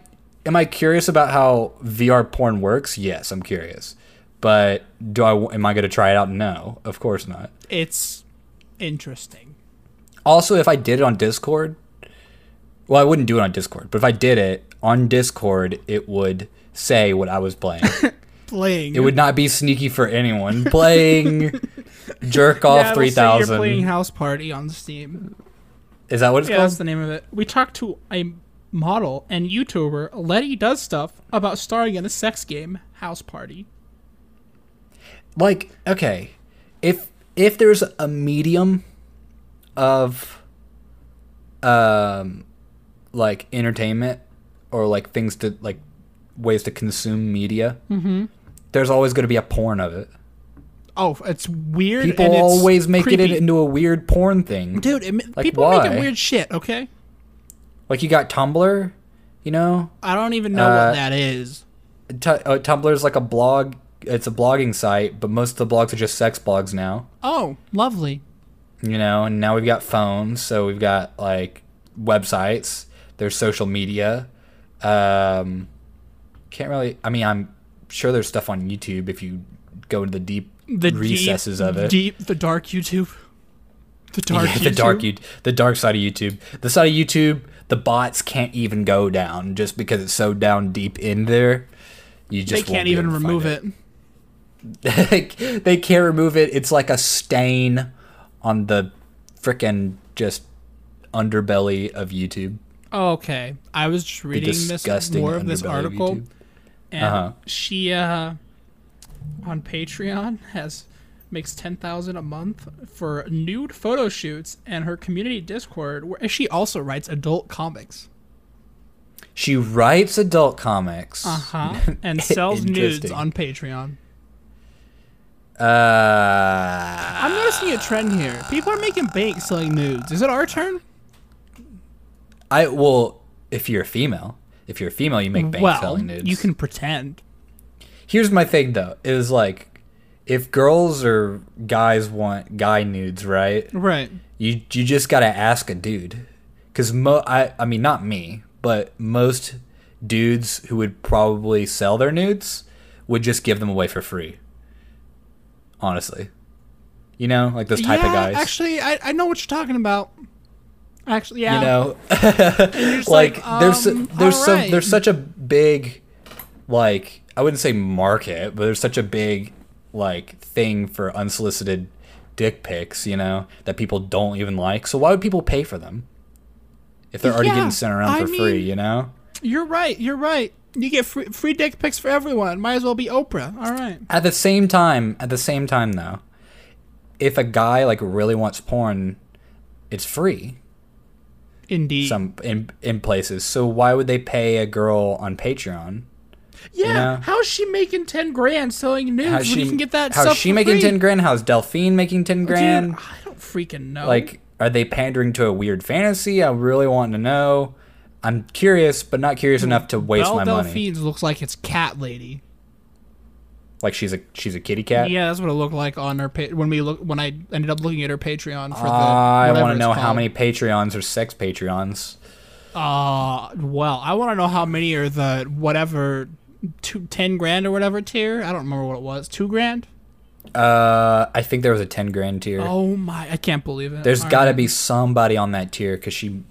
am I curious about how VR porn works? Yes, I'm curious. But do I am I going to try it out? No, of course not. it's interesting. Also, if I did it on Discord, well, I wouldn't do it on Discord, but if I did it on Discord, it would say what I was playing. Playing. it would not be sneaky for anyone. Playing Jerk Off Yeah, it'll say You're playing 3000. House Party on Steam. Is that what it's Yeah, called? that's the name of it. We talked to a model and YouTuber, Letty Does Stuff, about starring in the sex game House Party. like okay if if there's a medium of um like entertainment or like things to like ways to consume media mm-hmm. there's always going to be a porn of it Oh, it's weird. people and it's always make creepy. it into a weird porn thing Dude, it, ma- Like, people are making why? weird shit. Okay, like you got tumblr you know I don't even know Uh, what that is. Tu uh, tumblr is like a blog it's a blogging site but most of the blogs are just sex blogs now Oh, lovely. you know and now we've got phones so we've got like websites there's social media um can't really i mean i'm sure there's stuff on youtube if you go into the deep The deep- recesses of it Deep, the dark YouTube. The dark. Yeah, YouTube. the dark you the dark side of youtube the side of youtube the bots can't even go down just because it's so down deep in there you They just won't can't be even able to find remove it. they can't remove it. It's like a stain on the freaking just underbelly of YouTube. Oh, Okay, I was just reading this disgusting more of this underbelly of article, YouTube. and Uh-huh. she uh, on Patreon has makes ten thousand a month for nude photo shoots and her community Discord, where she also writes adult comics. She writes adult comics. Uh huh. and sells nudes Interesting. on Patreon. Uh, I'm noticing a trend here. People are making bank selling nudes. Is it our turn? I well, if you're a female, if you're a female, you make bank well, selling nudes. you can pretend. Here's my thing though: is like, if girls or guys want guy nudes, right? Right. You you just gotta ask a dude, because mo I I mean not me, but most dudes who would probably sell their nudes would just give them away for free. Honestly, you know, like those type yeah, of guys. actually, I, I know what you're talking about. Actually, yeah. you know, just like, like, there's um, there's some alright. there's such a big like I wouldn't say market, but there's such a big like thing for unsolicited dick pics, you know, that people don't even like. So why would people pay for them if they're already Yeah, getting sent around I for free? mean- You know, You're right. You're right. You get free, free dick pics for everyone. Might as well be Oprah. All right. at the same time, at the same time though, if a guy like really wants porn, it's free. Indeed. Some in in places. So why would they pay a girl on Patreon? yeah. know? How's she making ten grand selling nudes How's when she, you can get that how's stuff she for making free? 10 grand? How's Delphine making 10 grand? Dude, I don't freaking know. Like, are they pandering to a weird fantasy? I really want to know. I'm curious, but not curious enough to waste Belle my money. Delphine looks like it's cat lady. Like she's a she's a kitty cat. Yeah, that's what it looked like on her pa- when we look when I ended up looking at her Patreon for the. Uh, I whatever want to it's know how called. many Patreons are sex Patreons. Uh, well, I want to know how many are the whatever, two, 10 grand or whatever tier. I don't remember what it was. Two grand? Uh, I think there was a ten grand tier. Oh my! I can't believe it. There's All got to right. be somebody on that tier because she,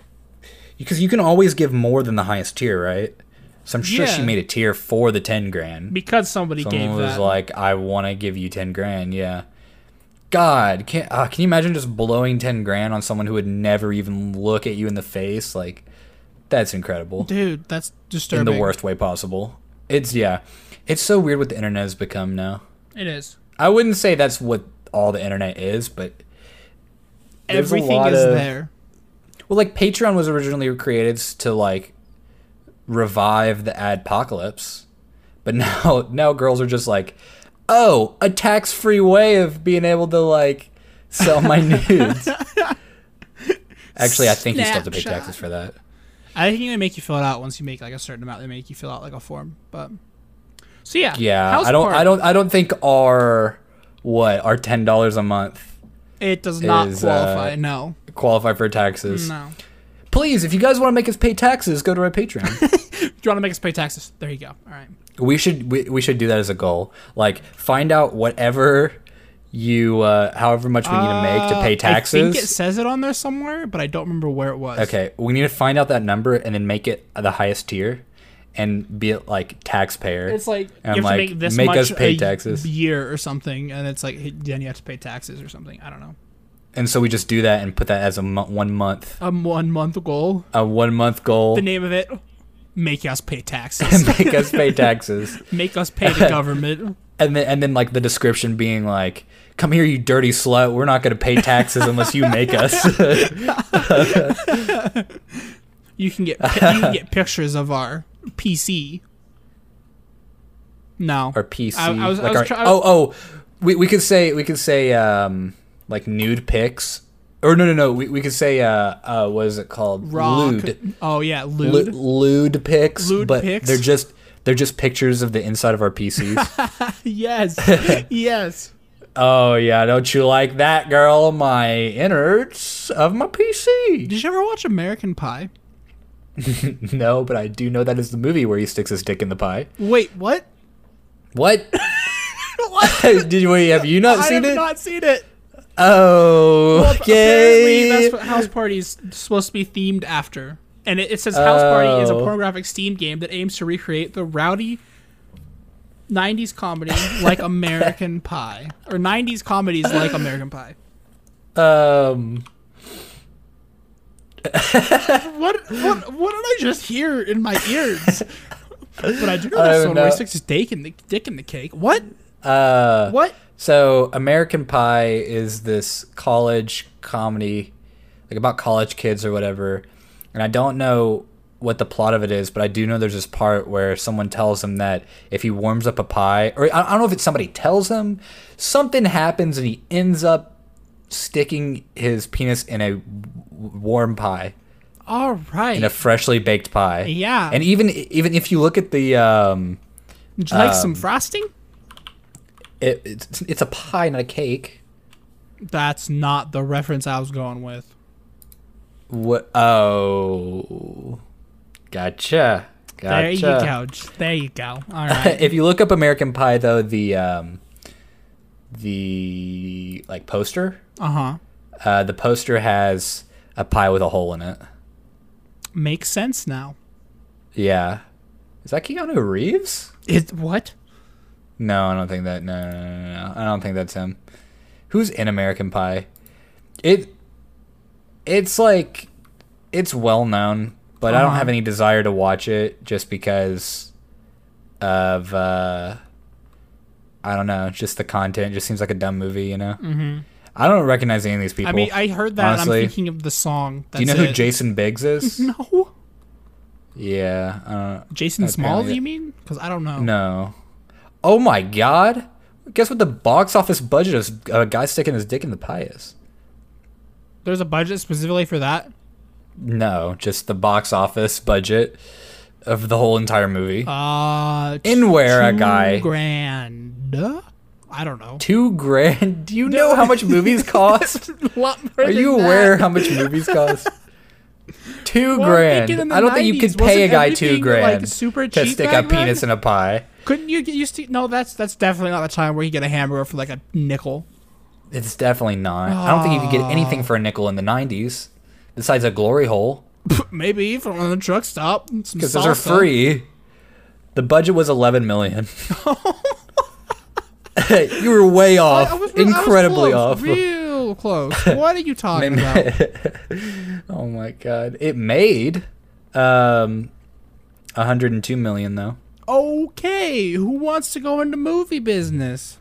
because you can always give more than the highest tier, right? So I'm sure she Yeah. made a tier for the ten grand. because somebody Someone gave was that. like, "I want to give you ten grand." Yeah. God, can uh, can you imagine just blowing ten grand on someone who would never even look at you in the face? Like, that's incredible Dude, that's disturbing. in the worst way possible. It's yeah. It's so weird what the internet has become now. It is. I wouldn't say that's what all the internet is, but there's a Everything lot is of- there. Well, like Patreon was originally created s- to like revive the adpocalypse, but now now girls are just like, oh, a tax free way of being able to like sell my nudes. Actually, I think you still have to pay Snapshot. taxes for that. I think they make you fill it out once you make like a certain amount. They make you fill out like a form, but so yeah, Yeah, House I don't, I Party, don't, I don't think our what our ten dollars a month It does not is, uh, qualify. no, qualify for taxes. no. Please, if you guys want to make us pay taxes, go to our Patreon. Do you want to make us pay taxes? There you go. All right. We should we, we should do that as a goal. Like find out whatever you uh however much we need to make to Uh, pay I think it taxes. says it on there somewhere, but I don't remember where it was. Okay, we need to find out that number and then make it the highest tier and be it like taxpayer. It's like and you have like to make this make much us pay a taxes. year or something, and it's like hey, then you have to pay taxes or something. I don't know. and so we just do that and put that as a mo- one month A one month goal. a one month goal The name of it: make us pay and taxes. make us pay taxes. make us pay the government. And then and then like the description being like come here you dirty slut. We're not going to pay taxes unless you make us. You can get pi- you can get pictures of our PC. No, our PC. I- I was- I like was our, try- oh, oh, we, we could say we could say um like nude pics. Or no, no, no. We, we could say uh uh what is it called? raw. co- Lewd. oh yeah, lewd. Lewd, lewd pics. Lewd but pics? they're just they're just pictures of the inside of our PCs. Yes, yes. oh yeah, don't you like that, girl? My innards of my PC. Did you ever watch American Pie? No, but I do know that is the movie where he sticks his dick in the pie. Wait, what? What? what? Did you wait, have you not I seen have it? not seen it. oh, Well, okay. Apparently, that's what house parties supposed to be themed after. And it, it says House Party is a Oh. pornographic Steam game that aims to recreate the rowdy 90s comedy like American Pie. Or 90s comedies like American Pie. Um, What what what did I just hear in my ears? but I do know I there's don't someone where he know. sticks his dick in the dick in the cake. What? uh, What? So American Pie is this college comedy, like about college kids or whatever. And I don't know what the plot of it is, but I do know there's this part where someone tells him that if he warms up a pie, or I I don't know if it's somebody tells him, something happens and he ends up sticking his penis in a w- warm pie, All right. in a freshly baked pie. Yeah. And even even if you look at the um, Would you like some frosting? it, it's, it's a pie, not a cake. That's not the reference I was going with. What? Oh, gotcha. Gotcha. There you go. J- There you go. All right. if you look up American Pie, though, the um, the like poster, Uh huh. uh, the poster has a pie with a hole in it. Makes sense now. Yeah, is that Keanu Reeves? It what? No, I don't think that. No, no, no, no, no. I don't think that's him. Who's in American Pie? It. It's like, it's well known, but I don't Uh-huh. have any desire to watch it just because of. uh I don't know. Just the content. It just seems like a dumb movie, you know. Mm-hmm. I don't recognize any of these people. I mean, I heard that. and I'm honestly. thinking of the song. That's Do you know who it. Jason Biggs is? No. Yeah. I don't, Jason Small. Apparently- You mean? Because I don't know. No. Oh my god. Guess what the box office budget of a guy sticking his dick in the pie is? There's a budget specifically for that. No, just the box office budget of the whole entire movie. Uh, t- In where a two guy- grand. I don't know. Two grand. Do you know how much movies cost? A lot more Are you aware how much movies cost? Two Well, I'm thinking in grand. the I don't think you 90s, could pay a wasn't guy everything, two like, grand super to cheap stick a back then? penis in a pie. Couldn't you get used to? No, that's that's definitely not the time where you get a hamburger for like a nickel. It's definitely not. I don't think you could get Ah. anything for a nickel in the '90s, besides a glory hole. Maybe from the truck stop. because those are free. The budget was 11 million. you were way off, I was- I was incredibly close, off. Real close. What are you talking about? oh my god! It made um 102 million though. okay. Who wants to go into movie business?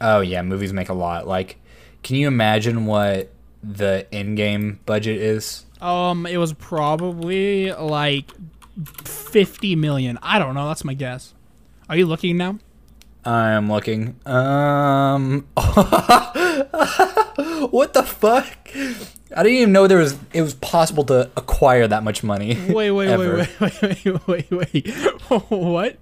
Oh yeah, movies make a lot. Like, can you imagine what the in-game budget is? Um, it was probably like fifty million. I don't know. That's my guess. Are you looking now? I'm looking. Um, what the fuck? I didn't even know there was it was possible to acquire that much money. Wait, wait, ever. wait, wait, wait, wait, wait, wait. what?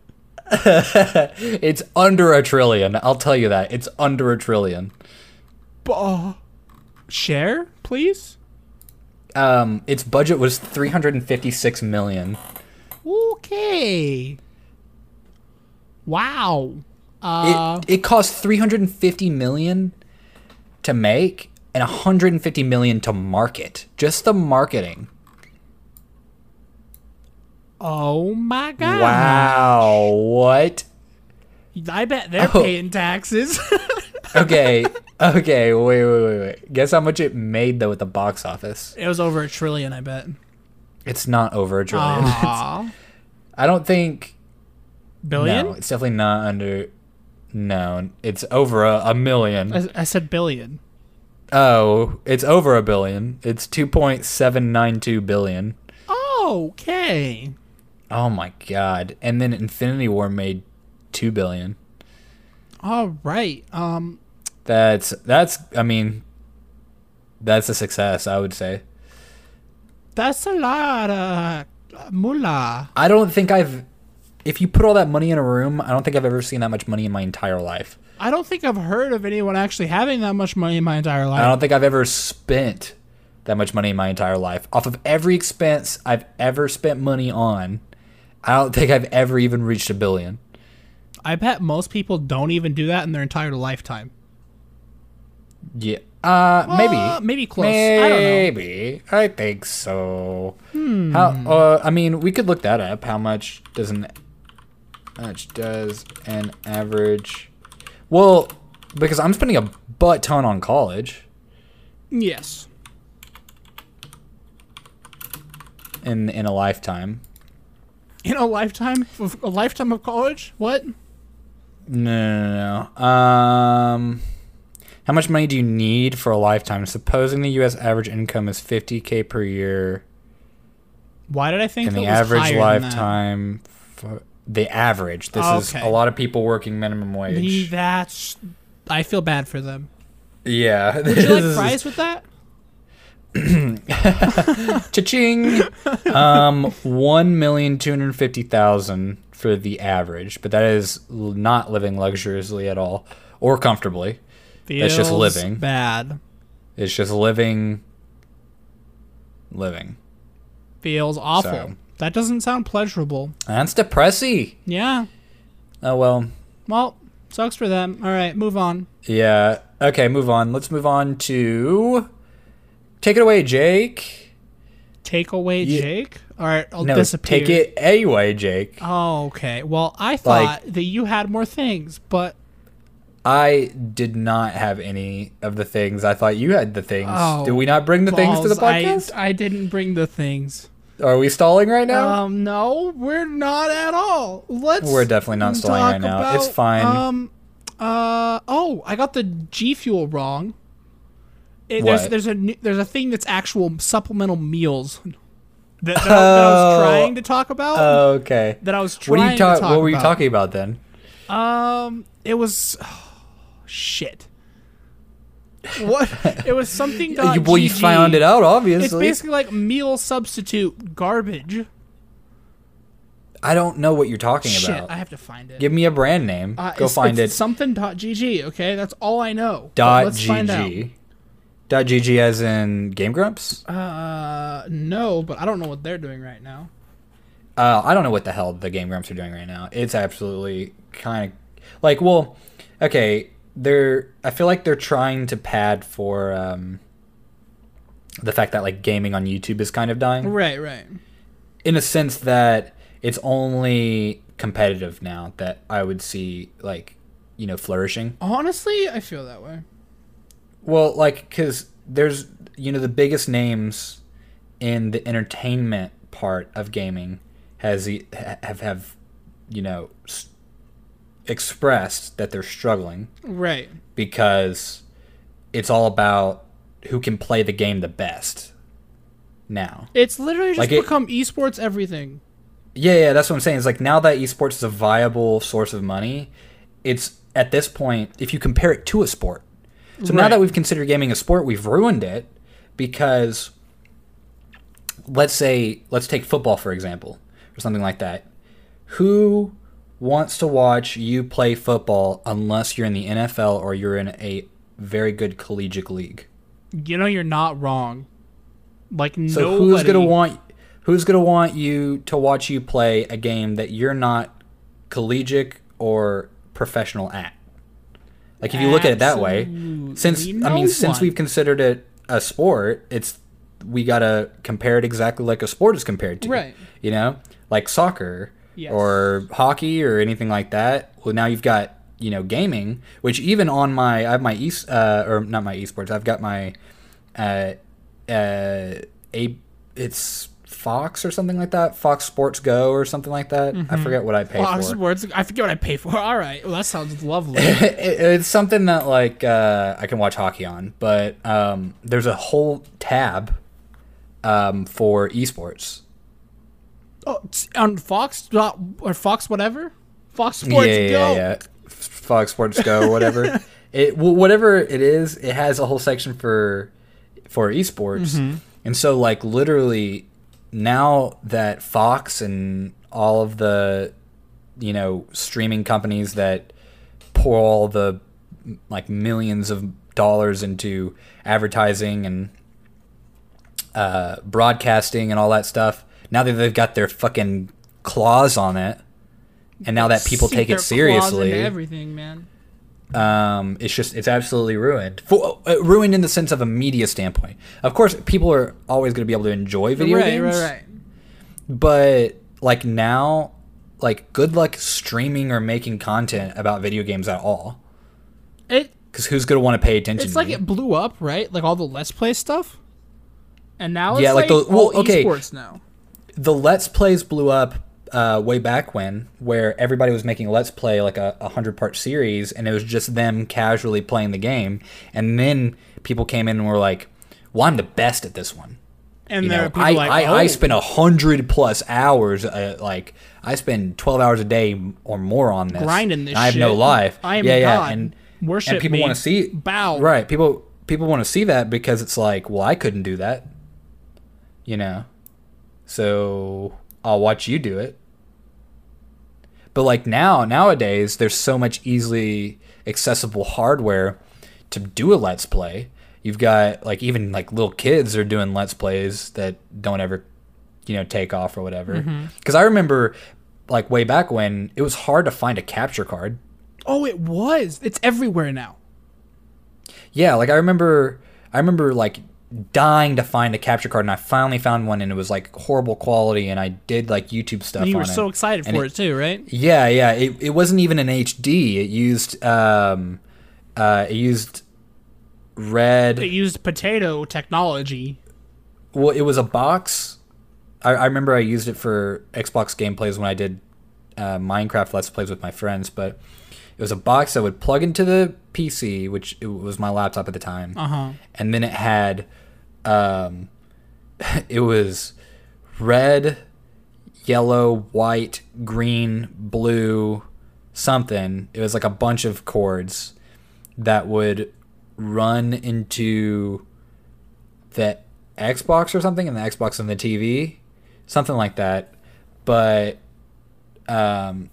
It's under a trillion. I'll tell you that. It's under a trillion. B- uh, share, please. Um, its budget was 356 million. Okay. Wow. It, Uh, it cost 350 million to make and 150 million to market. Just the marketing. oh my god. Wow, what? I bet they're Oh. paying taxes. Okay. Okay, wait, wait, wait, wait. Guess how much it made though at the box office? it was over a trillion, I bet. It's not over a trillion. Aw. I don't think Billion? No, it's definitely not under. No, it's over a, a million. I, I said billion. Oh, it's over a billion. It's two point seven nine two billion. okay. Oh my god! And then Infinity War made two billion. All right. Um, That's that's. I mean, that's a success. I would say. that's a lot uh, of mullah. I don't think I've. If you put all that money in a room, I don't think I've ever seen that much money in my entire life. I don't think I've heard of anyone actually having that much money in my entire life. I don't think I've ever spent that much money in my entire life. Off of every expense I've ever spent money on, I don't think I've ever even reached a billion. I bet most people don't even do that in their entire lifetime. Yeah. Uh, Uh, maybe. maybe close. I don't know. Hmm. Maybe. I think so. How? Uh, I mean, we could look that up. How much does an how much does an average? Well, because I'm spending a butt ton on college, Yes. in in a lifetime. In a lifetime, a lifetime of college. What? No, no, no. Um, how much money do you need for a lifetime? Supposing the U.S. average income is 50k per year, Why did I think and that the was average higher than that? lifetime, for the average. This is Okay. a lot of people working minimum Me, wage. that's. I feel bad for them. yeah. Would Do you like fries with that? Cha-ching. um, one million two hundred fifty thousand for the average, but that is l- not living luxuriously at all or comfortably. Feels That's just living. Bad. It's just living, living. Feels awful. So- That doesn't sound pleasurable. That's depressy. Yeah. Oh well. Well, sucks for them. All right, move on. Yeah. Okay, move on. Let's move on to Take it away, Jake. Take away Ye- Jake. All right, I'll No, disappear. take it away, Jake. Oh, okay. Well, I thought that you had more things, but I did not have any of the things. I thought you had the things. Oh, did we not bring the things to the balls, podcast? I, I didn't bring the things. Are we stalling right now? Um, no, we're not at all. Let's. We're definitely not stalling talk right now. It's about, fine. Um, uh, oh, I got the G Fuel wrong. It, there's, What? there's a new- there's a thing that's actual supplemental meals that, that, I, that I was Oh. trying to talk about. okay. that I was What trying are you ta- to talk. What were you about. talking about then? Um, it was shit. What? it was something. Dot You, well, you GG. found it out, Uh, It's obviously. basically like meal substitute garbage. I don't know what you're talking Shit, about. I have to find it. Give me a brand name. Uh, Go it's- find it's it. Something dot gg. Okay, that's all I know. but dot let's find out. gg dot gg as in game grumps uh, Uh, no, but I don't know what they're doing right now. Uh, i don't know what the hell the game grumps are doing right now it's absolutely kind of like well okay they're i feel like they're trying to pad for um the fact that like gaming on youtube is kind of dying Right, right. in a sense that it's only competitive now that i would see like you know flourishing Honestly, I feel that way. Well, like, because there's, you know, the biggest names in the entertainment part of gaming has e- ha- have have you know, s- expressed that they're struggling Right. because it's all about who can play the game the best now. It's literally just Like it- become esports everything. Yeah, yeah, that's what I'm saying. It's like now that esports is a viable source of money, it's at this point, if you compare it to a sport. So now Right. that we've considered gaming a sport, we've ruined it because let's say, let's take football for example, or something like that. Who wants to watch you play football unless you're in the NFL or you're in a very good collegiate league? You know you're not wrong. Like So nobody. who's gonna want who's gonna want you to watch you play a game that you're not collegiate or professional at? Like if you look at it that way, since Absolutely I no mean since one. we've considered it a sport, it's we gotta compare it exactly like a sport is compared to. Right. You know, like soccer Yes. or hockey or anything like that. Well, now you've got you know gaming, which even on my I have my e uh, or not my esports. I've got my uh, uh, a it's Fox or something like that. Fox Sports Go or something like that. I forget what I pay Fox for. Sports. I forget what I pay for. All right. Well, that sounds lovely. It- it's something that like uh, I can watch hockey on, but um, there's a whole tab um, for esports. oh, it's on Fox dot- or Fox whatever. Fox Sports Go. Fox Sports Go, whatever. it wh- whatever it is, it has a whole section for for esports, Mm-hmm. and so like literally now that Fox and all of the you know streaming companies that pour all the like millions of dollars into advertising and uh, broadcasting and all that stuff. Now that they've got their fucking claws on it, and now that people Sink take their it claws seriously, into Everything, man. um, it's just it's absolutely ruined. For, uh, ruined in the sense of a media standpoint. Of course, people are always going to be able to enjoy video right, games, right, right. but like now, like good luck streaming or making content about video games at all. It Because who's going to want to pay attention? it's to like you? it blew up, right? Like all the Let's Play stuff. And now it's Yeah, like like, the- well, all okay. esports now. the let's plays blew up uh, way back when where everybody was making let's play like a, a hundred part series and it was just them casually playing the game and then people came in and were like well i'm the best at this one And you there know, are people I, like, I, oh, I spend a hundred plus hours uh, like i spend 12 hours a day m- or more on this grinding this. and i have shit. no life I am yeah yeah God. and worship and people me. want to see bow. right people people want to see that because it's like well i couldn't do that you know so i'll watch you do it but like now nowadays there's so much easily accessible hardware to do a let's play you've got like even like little kids are doing let's plays that don't ever you know take off or whatever because Mm-hmm. i remember like way back when it was hard to find a capture card Oh, it was. It's everywhere now. Yeah, like I remember, I remember like dying to find a capture card, and I finally found one, and it was like horrible quality, and I did like YouTube stuff. And you were on so it. excited and for it too, right? Yeah, yeah. It, it wasn't even an HD. It used um, uh, it used red. It used potato technology. well, it was a box. I, I remember I used it for Xbox gameplays when I did uh, Minecraft Let's Plays with my friends, but it was a box that would plug into the PC, which it was my laptop at the time, Uh-huh. and then it had, um, it was red, yellow, white, green, blue, something. It was like a bunch of chords that would run into the Xbox or something, and the Xbox and the TV, something like that. But um,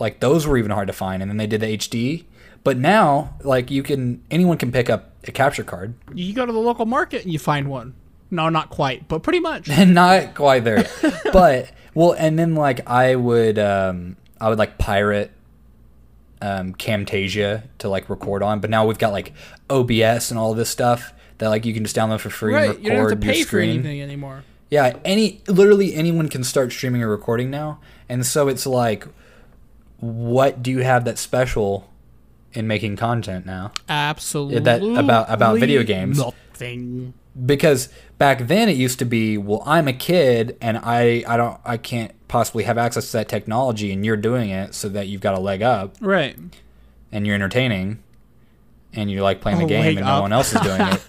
like those were even hard to find, and then they did the HD. But now, like you can, anyone can pick up a capture card, You go to the local market and you find one. No, not quite, but pretty much. and not quite there, yet. but well, and then like I would, um, I would like pirate. Um, Camtasia to like record on, but now we've got like OBS and all this stuff that like you can just download for free and right. record You don't have to pay your for screen. anything anymore. Yeah, any literally anyone can start streaming or recording now, and so it's like, what do you have that's special in making content now? Absolutely. about- about video games. Nothing. Because back then it used to be, well, I'm a kid and I I don't I can't possibly have access to that technology and you're doing it so that you've got a leg up Right. and you're entertaining and you're like playing A the game leg and up. no one else is doing it.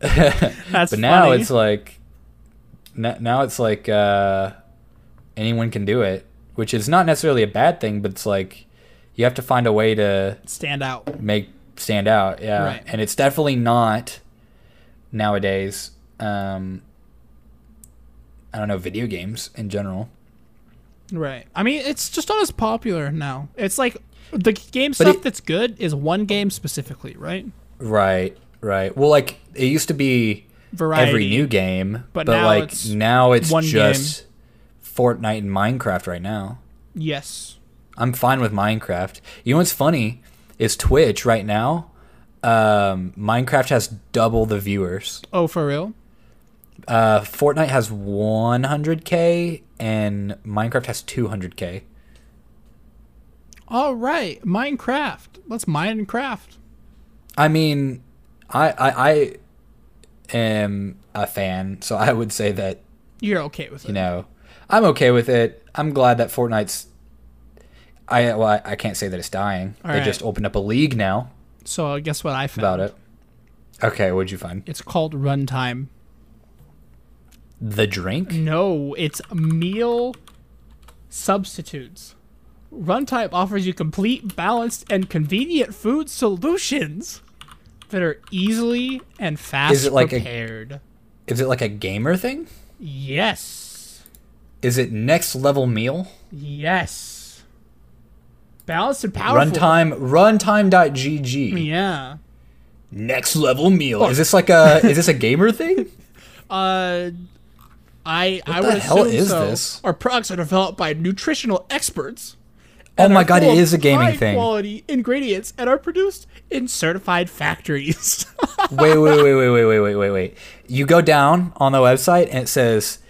That's but now funny. it's like n- now it's like uh, anyone can do it, which is not necessarily a bad thing, but it's like you have to find a way to stand out. make stand out. Yeah, Right. and it's definitely not nowadays. Um, I don't know video games in general, Right. I mean, it's just not as popular now. It's like the game But stuff it- that's good is one game specifically, right? right? Right. Well, like it used to be Variety. every new game, But but, now like it's now it's one just Fortnite and Minecraft right now. Yes. I'm fine with Minecraft. You know what's funny is Twitch right now. Um, Minecraft has double the viewers. Oh, for real? Uh, Fortnite has 100k and Minecraft has 200k. All right. Minecraft. Let's Minecraft. I mean, I I, I am a fan, so I would say that You're okay with it. you know I'm okay with it. I'm glad that Fortnite's. I well, I, I can't say that it's dying. All they right. just opened up a league now So uh, guess what I found? about it. Okay, what'd you find? It's called Runtime. The drink. No, it's meal substitutes. Runtime offers you complete, balanced, and convenient food solutions that are easily and fast it like a- prepared. Is it like a gamer thing? Yes. Is it next level meal? Yes. Balanced and powerful. Runtime runtime.gg. Yeah. Next level meal. Is this like a is this a gamer thing? Uh, I I the would hell assume is so. this? Our products are developed by nutritional experts. Oh and my are god, full it of is a gaming high thing. Quality ingredients and are produced in certified factories. Wait, wait, wait, wait, wait, wait, wait, wait, wait. You go down on the website and it says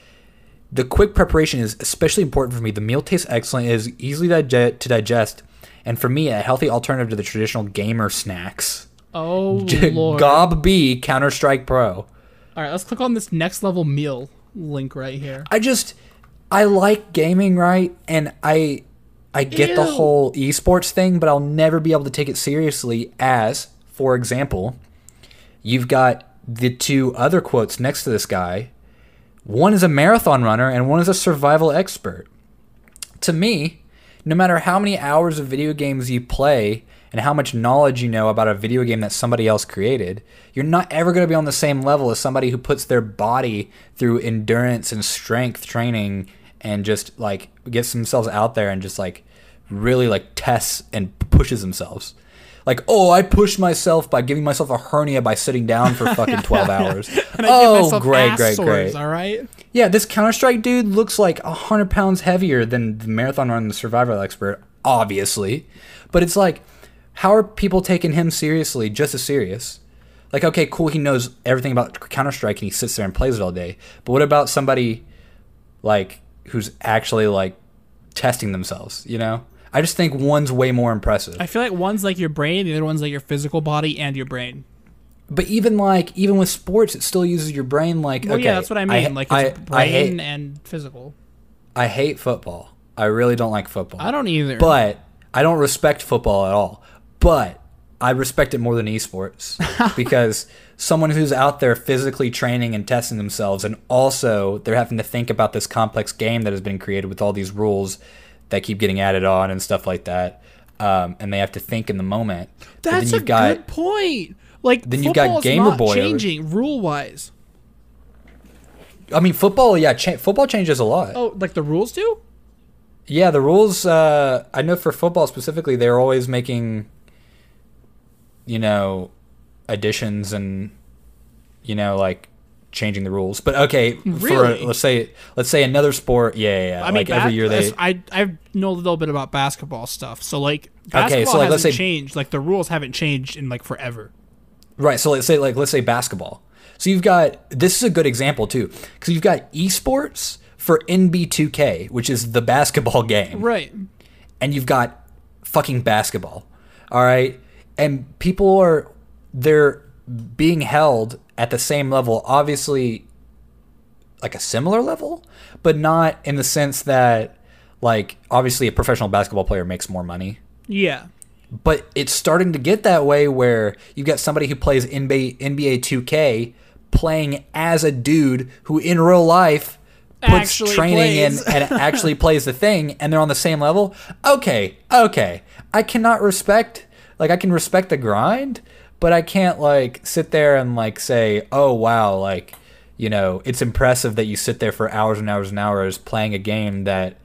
the quick preparation is especially important for me. The meal tastes excellent, it is easily dige- to digest, and for me a healthy alternative to the traditional gamer snacks. oh lord! Gob B Counter Strike Pro. All right, let's click on this next level meal link right here. I just I like gaming, right? And I I get the Ew. whole esports thing, but I'll never be able to take it seriously as, for example, you've got the two other quotes next to this guy. One is a marathon runner and one is a survival expert. To me, no matter how many hours of video games you play and how much knowledge you know about a video game that somebody else created, you're not ever going to be on the same level as somebody who puts their body through endurance and strength training and just like gets themselves out there and just like really like tests and pushes themselves. Like, oh, I pushed myself by giving myself a hernia by sitting down for fucking 12 hours. oh, Myself great, ass great, sores, great. All right. Yeah, this Counter Strike dude looks like a hundred pounds heavier than the marathon runner and the survival expert, obviously. But it's like, how are people taking him seriously? Just as serious. Like, okay, cool, he knows everything about Counter Strike and he sits there and plays it all day. But what about somebody like who's actually like testing themselves? You know, I just think one's way more impressive. I feel like one's like your brain, the other one's like your physical body and your brain. but even like even with sports, it still uses your brain. Like, Well, okay, yeah, that's what I mean. like it's I, I brain hate, and physical. I hate football. I really don't like football. I don't either. but I don't respect football at all. But I respect it more than esports because someone who's out there physically training and testing themselves, and also they're having to think about this complex game that has been created with all these rules that keep getting added on and stuff like that, um, and they have to think in the moment. But That's then a you've got, good point. Like then you've got football's Gamer not Boy over- changing rule wise. I mean, football. Yeah, cha- football changes a lot. Oh, like the rules do? Yeah, the rules. Uh, I know for football specifically, they're always making, you know, additions and, you know, like changing the rules. But okay, Really? for let's say let's say another sport. Yeah, yeah. yeah. I mean, like every bas- year they. I I know a little bit about basketball stuff. So like basketball like, hasn't let's say- changed. Like the rules haven't changed in like forever. Right. So let's say like let's say basketball. So you've got this is a good example too because you've got esports for NB2K, which is the basketball game. Right. and you've got fucking basketball. All right? And people are they're being held at the same level. Obviously like a similar level, but not in the sense that like obviously a professional basketball player makes more money Yeah. but it's starting to get that way where you've got somebody who plays NBA, NBA 2K playing as a dude who in real life puts Actually training in plays. and actually plays the thing and they're on the same level. Okay, okay. I cannot respect like I can respect the grind, but I can't like sit there and like say, "Oh wow, like you know, it's impressive that you sit there for hours and hours and hours playing a game that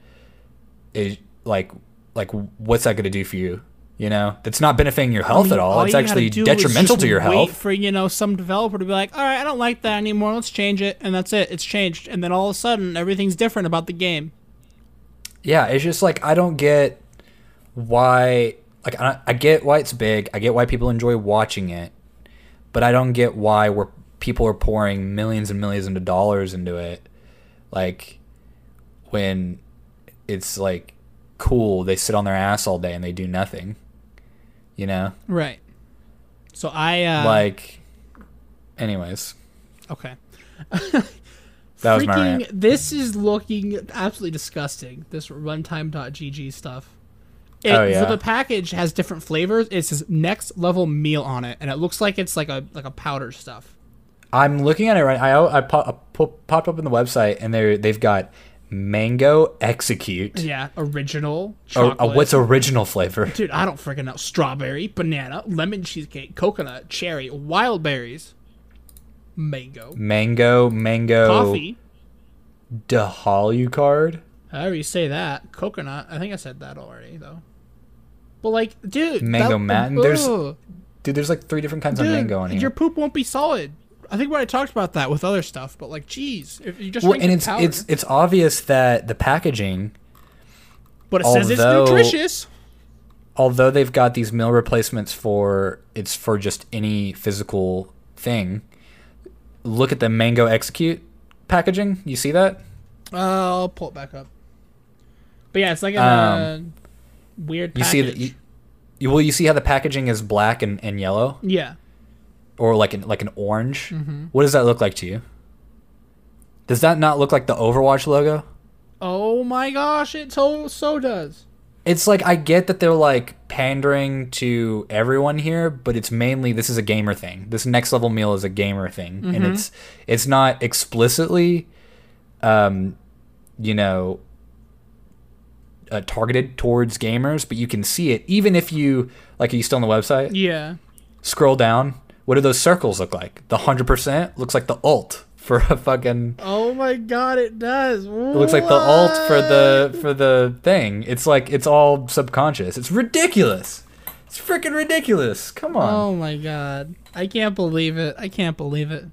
is like like what's that going to do for you you know that's not benefiting your health at all, it's you gotta actually do is detrimental just to your wait health For you know, some developer to be like, all right, I don't like that anymore. Let's change it, and that's it. It's changed, and then all of a sudden, everything's different about the game. yeah it's just like i don't get why like I, I get why it's big i get why people enjoy watching it but i don't get why we're people are pouring millions and millions of dollars into it like when it's like cool they sit on their ass all day and they do nothing you know Right. So I uh, like anyways okay. that was my rant. Freaking, this is looking absolutely disgusting. This runtime.gg stuff. It, Oh, yeah. So the package has different flavors. It says next level meal on it, and it looks like it's like a like a powder stuff. I'm looking at it right. I I, pop, I po- popped up on the website and they they've got mango execute. Yeah, original Or, chocolate. uh, what's original flavor? Dude, I don't freaking know. Strawberry, banana, lemon cheesecake, coconut, cherry, wild berries, mango, Mango, mango, coffee. Dehalucard. However you say that, coconut. I think I said that already though. But like, dude, Mango that, Mountain? There's Ugh. Dude, there's like three different kinds dude, of mango on here. your poop won't be solid. I think we already talked about that with other stuff, but like, geez, if you just Well, drink and the it's powder- it's it's obvious that the packaging, but it says it's although- nutritious. although they've got these meal replacements for it's for just any physical thing. Look at the mango execute packaging. You see that? Uh, I'll pull it back up. But yeah, it's like a Um, weird. You Package. see that? You, you, well, you see how the packaging is black and, and yellow. yeah. or like an like an orange. What does that look like to you? Does that not look like the Overwatch logo? Oh my gosh, it so so does. It's like I get that they're like pandering to everyone here, but it's mainly this is a gamer thing. This next level meal is a gamer thing, and it's it's not explicitly, um, you know, uh, targeted towards gamers, but you can see it even if you like. Are you still on the website? Yeah. Scroll down. What do those circles look like? The hundred percent looks like the alt for a fucking Oh my god, it does. It looks like the alt for the for the thing. It's like it's all subconscious. It's ridiculous. It's freaking ridiculous. Come on. Oh my god, I can't believe it. I can't believe it.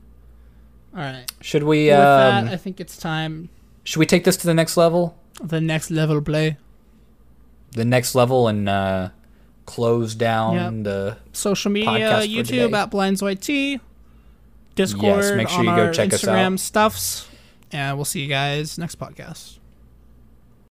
All right. should we With um, that, I think it's time should we take this to the next level? the next level play. The next level and uh, close down Yep. the Social media, Podcast for YouTube today. at Blinds White Tea, Discord, make sure on you go our check us Instagram out. stuffs, and we'll see you guys next podcast.